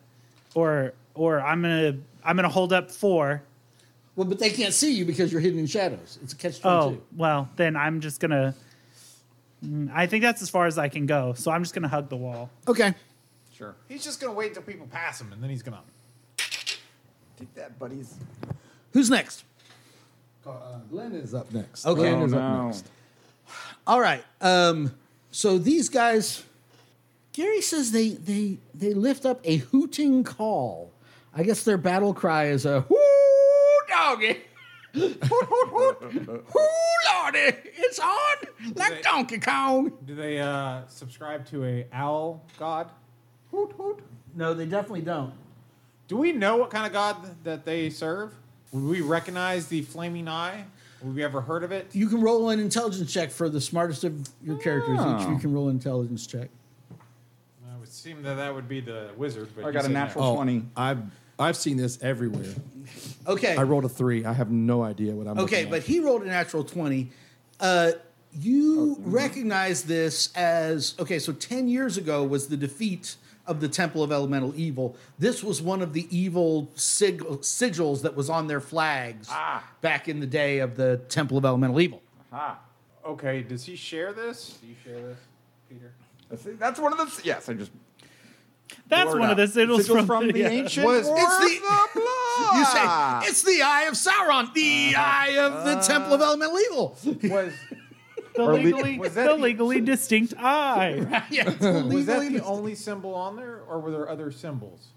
S7: or or I'm gonna I'm gonna hold up four
S2: Well, but they can't see you because you're hidden in shadows. It's a catch
S7: Oh,
S2: twenty-two.
S7: well, then I'm just going to. I think that's as far as I can go. So I'm just going to hug the wall.
S4: Oh.
S2: Okay.
S5: Sure. He's just gonna wait until people pass him, and then he's gonna.
S6: Take that, buddies.
S2: Who's next?
S4: Uh, Glenn is up next.
S2: Okay.
S4: Glenn
S6: Oh,
S4: is
S6: no.
S4: up next.
S2: All right. Um, so these guys, Gary says they they they lift up a hooting call. I guess their battle cry is a "Whoo doggy, hoot hoot hoot, whoo lordy, it's on like Donkey Kong."
S5: Do they uh, subscribe to a owl god? Hoot hoot.
S2: No, they definitely don't.
S5: Do we know what kind of god that they serve? Would we recognize the flaming eye? Would we ever heard of it?
S2: You can roll an intelligence check for the smartest of your characters. Each you can roll an intelligence check.
S5: It would seem that that would be the wizard. But
S6: I
S5: you
S6: got a
S5: said no.
S6: natural
S4: Oh,
S6: 20.
S4: I've I've seen this everywhere.
S2: Okay.
S4: I rolled a three. I have no idea what I'm.
S2: Okay,
S4: looking
S2: but
S4: at.
S2: he rolled a natural 20. Uh,
S5: Oh,
S2: you
S5: mm-hmm.
S2: recognize this as okay, so 10 years ago was the defeat of the Temple of Elemental Evil. This was one of the evil sig- sigils that was on their flags
S5: Ah.
S2: back in the day of the Temple of Elemental Evil.
S6: Ah.
S5: Okay, does he share this? Do you share this, Peter?
S6: That's, that's one of the. Yes, I just.
S7: That's
S6: blurred
S7: one of
S6: out.
S7: the uh, sigils
S6: Sigils
S7: from,
S6: the
S7: yeah.
S6: ancient.
S5: Was-
S6: war
S2: It's the-
S6: of the
S2: You say
S5: Ah.
S6: blood.
S2: it's the Eye of Sauron,
S5: Uh-huh.
S2: the Eye of the Temple of Elemental Evil.
S5: Was
S7: The
S6: Or le-
S7: legally,
S5: Was that
S7: the
S5: the-
S7: legally distinct eye.
S2: yeah, it's
S5: was that
S2: illegally-
S5: the only symbol on there, or were there other symbols?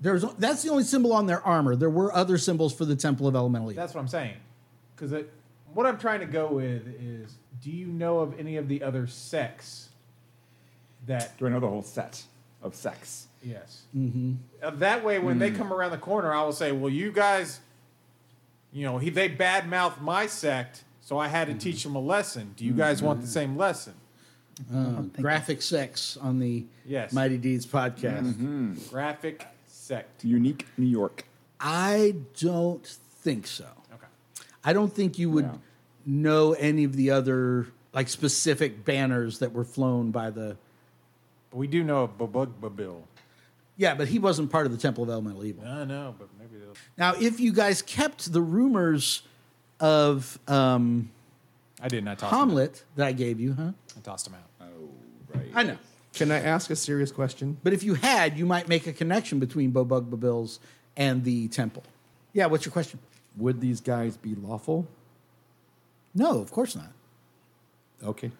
S2: There's that's the only symbol on their armor. There were other symbols for the Temple of Elemental Evil.
S5: That's what I'm saying. Because what I'm trying to go with is, do you know of any of the other sects that?
S6: Do I know the whole set of sex?
S5: Yes. Mm-hmm. that way, when they come around the corner, I will say, "Well, you guys, you know, he they badmouthed my sect, so I had to teach them a lesson. Do you guys want the same lesson?"
S2: Graphic sex on the
S5: Yes.
S2: Mighty Deeds podcast.
S5: Graphic sect.
S6: Unique New York.
S2: I don't think so.
S5: Okay.
S2: I don't think you would
S6: Yeah.
S2: know any of the other like specific banners that were flown by the.
S5: But we do know of Babugbabil.
S2: Yeah, but he wasn't part of the Temple of Elemental Evil.
S5: I know, but maybe they'll.
S2: Now, if you guys kept the rumors of um,
S5: I did not toss Them
S2: Hamlet that I gave you, huh?
S5: out. I tossed him out.
S2: I know.
S4: Can I ask a serious question?
S2: But if you had, you might make a connection between Bobug Babils and the temple. Yeah, what's your question?
S4: Would these guys be lawful?
S2: No, of course not.
S4: Okay.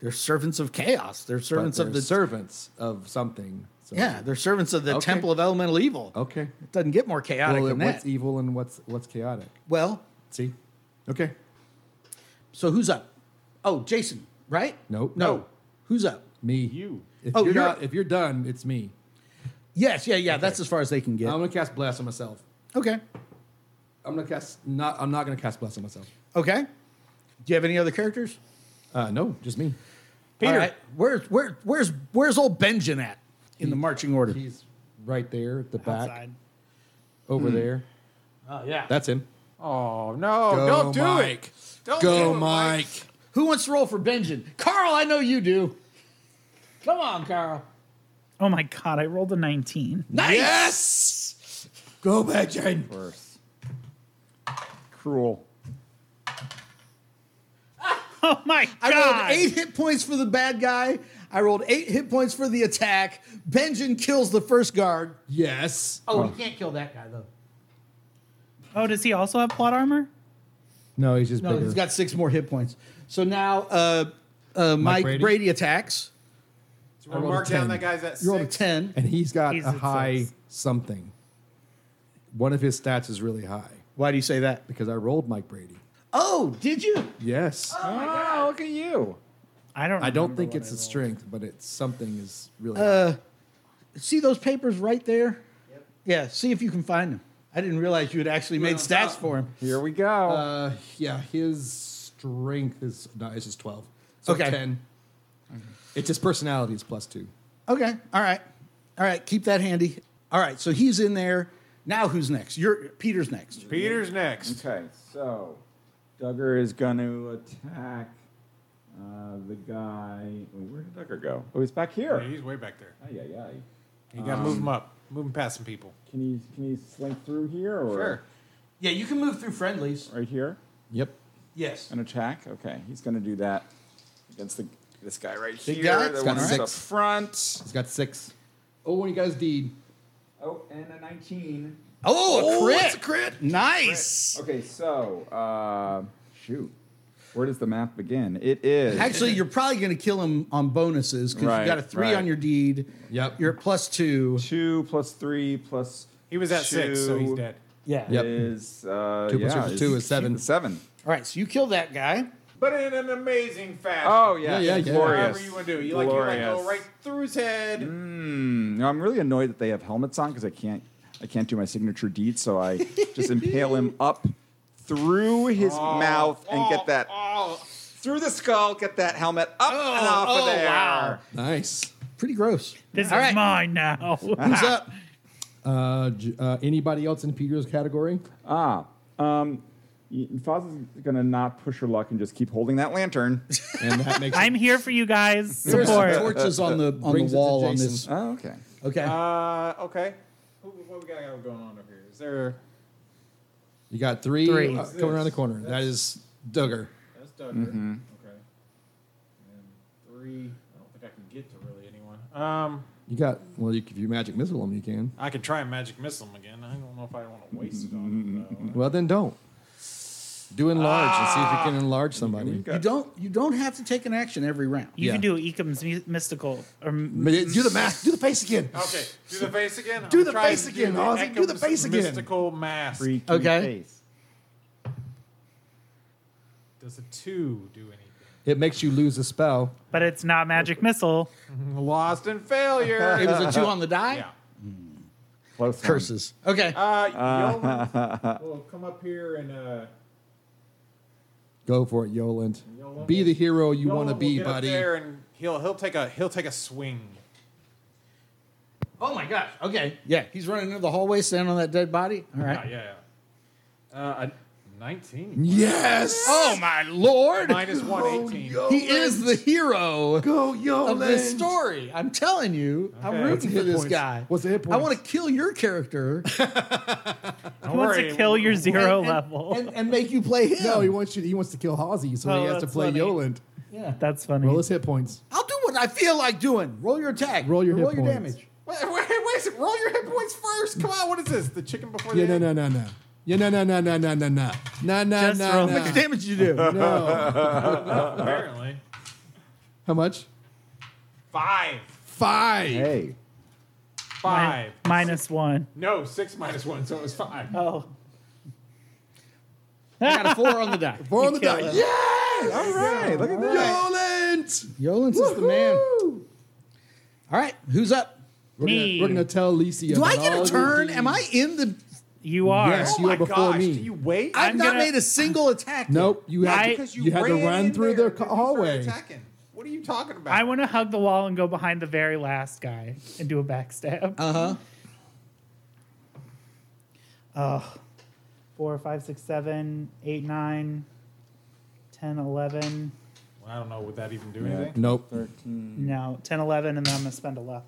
S2: They're servants of chaos. They're
S4: But
S2: servants of
S4: they're
S2: the
S4: servants of something. so-
S2: Yeah, they're servants of the
S4: Okay.
S2: temple of elemental evil.
S4: Okay.
S2: It doesn't get more chaotic
S4: Well,
S2: than
S4: then
S2: that.
S4: what's e- evil and what's what's chaotic?
S2: well,
S4: See? Okay.
S2: so who's up? Oh, Jason, right?
S4: Nope.
S2: No.
S4: No.
S2: Who's up?
S4: Me.
S5: You.
S4: If
S2: Oh,
S4: you're,
S2: you're-
S4: not if you're done, it's me.
S2: Yes, yeah, yeah. That's as far as they can get.
S4: I'm gonna cast blast on myself.
S2: okay.
S4: I'm gonna cast not I'm not gonna cast blast on myself.
S2: Okay. Do you have any other characters?
S4: Uh no, just me.
S2: Peter. Where's where where's where's old Benjamin at in the marching order?
S4: He's right there at the back
S7: Outside.
S4: over there.
S2: Oh yeah.
S4: That's him.
S5: Oh no!
S4: Go,
S5: don't do
S4: Mike.
S5: it. Don't
S4: Go,
S5: do it,
S4: Mike.
S2: Who wants to roll for Benjamin? Carl, I know you do. Come on, Carl.
S7: Oh my god, I rolled a 19.
S2: Nice.
S4: Yes. Go, Benjamin.
S6: Worse. Cruel.
S7: Oh my god.
S2: I rolled eight hit points for the bad guy. I rolled eight hit points for the attack. Benjamin kills the first guard.
S4: Yes.
S2: Oh, he can't kill that guy though.
S7: Oh, does he also have plot armor?
S4: No, he's just
S2: No,
S4: bigger.
S2: he's got six more hit points. So now, uh, uh, Mike,
S4: Brady?
S2: Brady? attacks.
S5: Do you wanna
S4: rolled a
S5: mark down
S4: 10.
S5: that guy's at
S2: You rolled a
S5: six?
S2: ten.
S4: and he's got
S7: He's
S4: a
S7: at
S4: high
S7: six.
S4: something. One of his stats is really high
S2: Why do you say that?
S4: because I rolled Mike Brady.
S2: Oh, did you?
S4: Yes.
S6: Oh, look at you.
S7: I don't
S4: I don't
S7: remember
S4: think
S7: what
S4: it's
S7: I
S4: a
S7: rolled.
S4: strength, but it's something is really. high.
S2: See those papers right there? Yeah. See if you can find them. I didn't realize you had actually made stats for him.
S6: Here we go.
S4: Uh, yeah, his strength is no, it's just twelve. So
S2: Okay.
S4: ten. It's his personality is plus two.
S2: Okay. All right. All right. Keep that handy. All right. So he's in there. Now who's next? You're Peter's next.
S5: Peter's next.
S6: Okay, so Duggar is going to attack uh, the guy. Where did Duggar go? Oh, he's back here.
S5: Yeah, he's way back there.
S6: Ay, ay, ay.
S5: You gotta move him up. Move him past some people.
S6: Can he can he slink through here or
S2: Yeah, you can move through friendlies.
S6: right here?
S4: Yep.
S2: Yes.
S6: An attack. Okay, he's going to do that against the this guy right here.
S2: guy?
S6: the
S2: He's
S4: got
S6: one who's
S4: six.
S6: up front.
S4: He's got six. Oh, when you guys deed.
S6: Oh, and a nineteen.
S2: Oh, a crit. a crit. Nice.
S6: Okay, so uh, shoot, where does the math begin? It is
S2: Actually, you're probably going to kill him on bonuses because
S6: Right,
S2: you got a three
S6: right.
S2: on your deed.
S4: Yep.
S2: You're at plus two.
S6: two plus three plus.
S5: He was at six, so he's
S6: two
S5: dead.
S2: Yeah.
S4: Yep.
S6: Is uh,
S4: Two plus
S6: yeah,
S4: three plus two is seven.
S6: Seven.
S2: All right. So you kill that guy.
S5: But in an amazing fashion.
S6: Oh
S4: Yeah,
S6: yeah,
S4: yeah, yeah.
S6: glorious.
S5: Whatever you want to do. You like, you like go
S6: Glorious. Mm-hmm.
S5: right through his head.
S6: No, I'm really annoyed that they have helmets on because I can't, I can't do my signature deed. So I just impale him up through his mouth and get that through the skull. Get that helmet up and off of there.
S4: Nice.
S2: Pretty gross.
S7: This
S2: All
S7: is
S2: right.
S7: mine now.
S2: Who's up?
S4: Uh, J- uh, anybody else in Peter's category?
S6: Y- Foz is gonna not push her luck and just keep holding that lantern.
S4: And that makes
S7: I'm here for you guys.
S2: There's some
S7: Support.
S2: torches on the on the
S4: Brings it to
S2: wall on
S4: Jason.
S2: this.
S6: oh, okay.
S2: Okay.
S5: Uh, okay. Who, what we got going on over here? Is there.
S4: you got three,
S7: Three.
S4: uh, coming around the corner. That is Duggar.
S5: That's Duggar.
S6: Mm-hmm.
S5: Okay. And three. I don't think I can get to really anyone. Um,
S4: You got well. You, if you magic missile him, you can.
S5: I can try a magic missile again. I don't know if I want to waste it on him, though.
S4: Well, then don't. Do enlarge and see if
S7: Ah.
S4: you can enlarge somebody.
S2: you don't you don't have to take an action every round.
S7: You
S4: Yeah.
S7: can do Ecom's mu- mystical. Or m-
S4: Do the math. Do the face again.
S5: Okay, do the face again.
S4: Do
S5: I'm
S4: the
S5: trying
S4: face
S5: to
S4: again, Ozzy, do the
S5: Ekham's
S4: face again.
S5: Mystical mask.
S6: Freaky
S2: Okay.
S6: face.
S5: Does a two do anything?
S4: It makes you lose a spell.
S7: But it's not magic missile.
S5: Lost and failure.
S2: It was a two on the die?
S5: Yeah.
S6: Close one.
S2: Curses. Okay.
S5: Uh, Yeoman will come up here and uh,
S4: Go for it, Yoland.
S5: Yoland
S4: Be
S5: will-
S4: the hero you want to
S5: Yeoman will
S4: be,
S5: get up
S4: buddy.
S5: There and he'll he'll take a he'll take a swing.
S2: oh my gosh. Okay. Yeah. He's running into the hallway, standing on that dead body. All
S5: Yeah,
S2: right.
S5: Ah, yeah, yeah. Uh, a nineteen
S4: Yes.
S2: Oh my lord.
S5: minus one
S4: Oh,
S5: eighteen.
S2: he is the hero
S4: Go, Yoland.
S2: of this story. I'm telling you. I'm
S5: Okay.
S2: rooting for
S4: hit
S2: this
S4: points?
S2: guy.
S4: What's the hit
S2: I want to
S4: points?
S2: kill your character
S5: Don't
S7: He wants to
S5: worry,
S7: kill your
S2: and,
S7: zero
S2: and-
S7: level.
S2: and, and make you play him.
S4: No, he wants you. He wants to kill Halsey, so
S7: Oh,
S4: he has to
S7: that's
S4: play
S7: funny.
S4: Yoland.
S2: yeah.
S7: That's funny.
S4: Roll his hit points.
S2: I'll do what I feel like doing. Roll your attack.
S4: Roll your
S2: Or
S4: hit
S2: roll your
S4: points.
S2: damage.
S5: Wait, wait, wait, a second. roll your hit points first. Come on, what is this? The chicken before
S4: Yeah,
S5: the
S4: no,
S5: egg?
S4: no, no, no. Yeah, no, no, no, no, no, no, no, no, no,
S7: Just
S4: no,
S7: roll
S4: no.
S7: the
S2: Damage you do.
S4: No.
S5: Apparently,
S4: How much?
S5: five,
S4: Five.
S6: Hey.
S5: five.
S7: Minus one.
S5: No, six minus one, so it was five.
S7: Oh.
S2: I got a four on the die.
S4: Four on the
S7: killed
S4: die.
S7: him.
S4: Yeah.
S6: All right. Look at that.
S4: Yoland.
S2: Yolens is the man.
S4: Woo-hoo.
S2: All right. Who's up?
S4: We're
S7: Me.
S4: gonna, we're gonna tell Lisa.
S2: Do I get a turn? Am I in the?
S7: You are.
S4: Yes,
S5: oh
S4: you
S5: my
S4: were before
S5: gosh,
S4: me.
S5: do you wait?
S2: I've
S7: I'm
S2: not
S7: gonna-
S2: made a single attack. yet.
S4: Nope. You had
S7: I-
S4: to.
S5: because
S4: you, had to
S5: ran
S4: run
S5: in
S4: through
S5: there
S4: the
S5: before
S4: co- hallway.
S5: attacking. What are you talking about?
S7: I want to hug the wall and go behind the very last guy and do a backstab.
S2: Uh huh.
S7: Four, five, six, seven, eight, nine, ten, eleven.
S5: I don't know. Would that even do
S6: Yeah.
S5: anything?
S4: Nope.
S7: No, 10, 11, and then I'm going to spend a luck.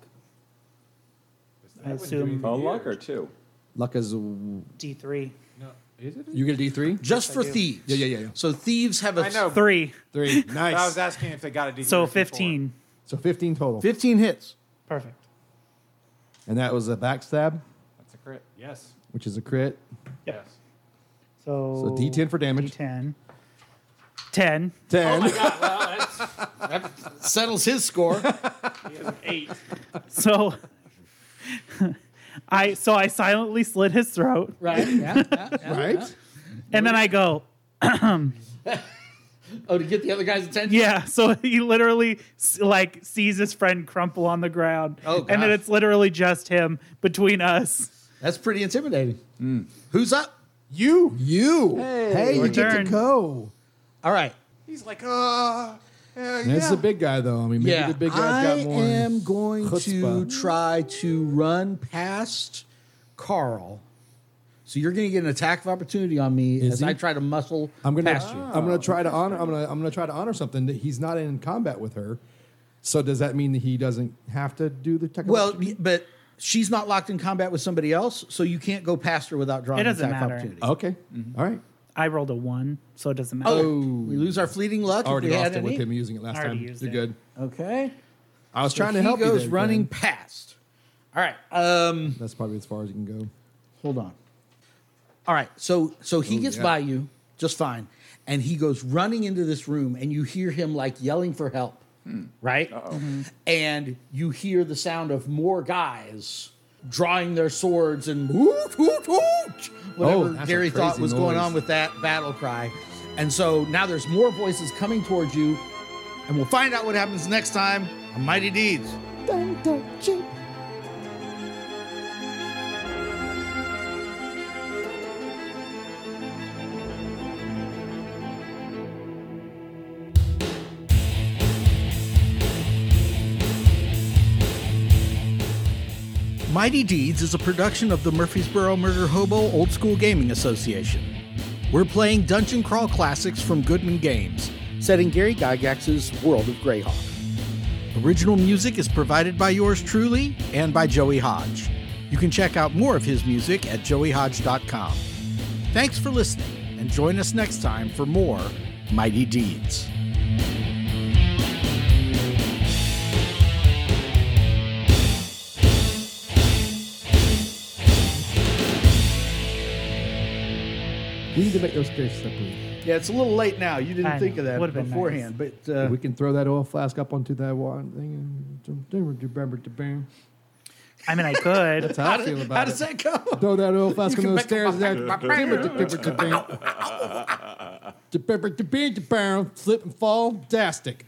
S5: That
S7: I
S5: wouldn't do
S7: assume-
S5: anything
S6: A
S5: here.
S6: lucker, too.
S4: Luck is.
S7: D3.
S5: No, is it?
S4: You get a D three.
S2: Just for thieves.
S4: Yeah, yeah, yeah, yeah.
S2: So thieves have a
S5: I know. Three.
S7: Three.
S4: Three.
S5: I was
S4: nice.
S5: asking if they got a D.
S7: So 15.
S4: So fifteen total.
S2: fifteen hits.
S7: Perfect.
S4: And that was a backstab,
S5: That's a crit. Yes.
S4: which is a crit.
S5: Yes.
S7: So,
S4: So D10 for damage.
S7: D10. 10.
S4: Ten.
S2: Settles his score.
S5: Eight.
S7: So I so I silently slit his throat
S2: right. Yeah, yeah, yeah.
S4: right.
S7: and then I go,
S2: Oh, to get the other guy's attention.
S7: yeah. So he literally s- like sees his friend crumple on the ground.
S2: Oh,
S7: and then
S2: gosh.
S7: it's literally just him between us.
S2: That's pretty intimidating. Mm. Who's up?
S4: You. You. Hey, you get
S7: turn.
S4: to go.
S2: All right.
S5: He's like, uh, yeah,
S4: And It's
S5: yeah.
S4: the big guy though. I mean, maybe the big guy's
S2: I
S4: got more.
S2: am going
S4: chutzpah.
S2: to try to run past Carl. So you're going to get an attack of opportunity on me
S4: Is
S2: as
S4: he?
S2: I try to muscle
S4: I'm gonna.
S2: past you.
S4: I'm gonna try to honor. I'm gonna. I'm gonna try to honor something that he's not in combat with her. So does that mean that he doesn't have to do the technical?
S2: Well, y- but she's not locked in combat with somebody else, so you can't go past her without drawing
S7: It doesn't
S2: attack
S7: matter.
S2: opportunity.
S4: okay. All right.
S7: I rolled a one, so it doesn't matter.
S2: Oh, we lose our fleeting luck.
S4: I already
S2: if we
S4: lost
S2: had
S4: it with
S2: any.
S4: him using it last
S7: I already
S4: time.
S7: used
S4: You're
S7: it.
S4: good.
S2: Okay,
S4: I was trying
S2: So
S4: to help.
S2: He
S4: you
S2: goes
S4: there,
S2: running
S4: Glenn.
S2: past. All right, um,
S4: That's probably as far as you can go.
S2: hold on. All right, so so he
S4: Ooh,
S2: gets
S4: yeah.
S2: by you just fine, and he goes running into this room, and you hear him like yelling for help,
S4: Hmm.
S2: right? Mm-hmm. And you hear the sound of more guys drawing their swords and hoot, hoot, hoot,
S4: Oh,
S2: whatever
S4: that's a
S2: Gary thought
S4: crazy
S2: was going
S4: noise.
S2: on with that battle cry. And so now there's more voices coming towards you, and we'll find out what happens next time on Mighty Deeds. Mighty Deeds is a production of the Murfreesboro Murder Hobo Old School Gaming Association. We're playing Dungeon Crawl classics from Goodman Games, set in Gary Gygax's World of Greyhawk. Original music is provided by yours truly and by Joey Hodge. You can check out more of his music at joeyhodge.com. Thanks for listening, and join us next time for more Mighty Deeds.
S4: We need to make those fish separate.
S2: Yeah, it's a little late now. You didn't
S7: I think know. of that Would've been beforehand,
S2: but uh,
S4: We can throw that oil flask up onto that one thing. and-
S7: I mean, I could.
S4: That's how I feel about
S2: How
S4: it.
S2: does that go?
S4: Throw that oil flask
S2: can
S4: on those
S2: make
S4: stairs. Flip and fall. Dastic.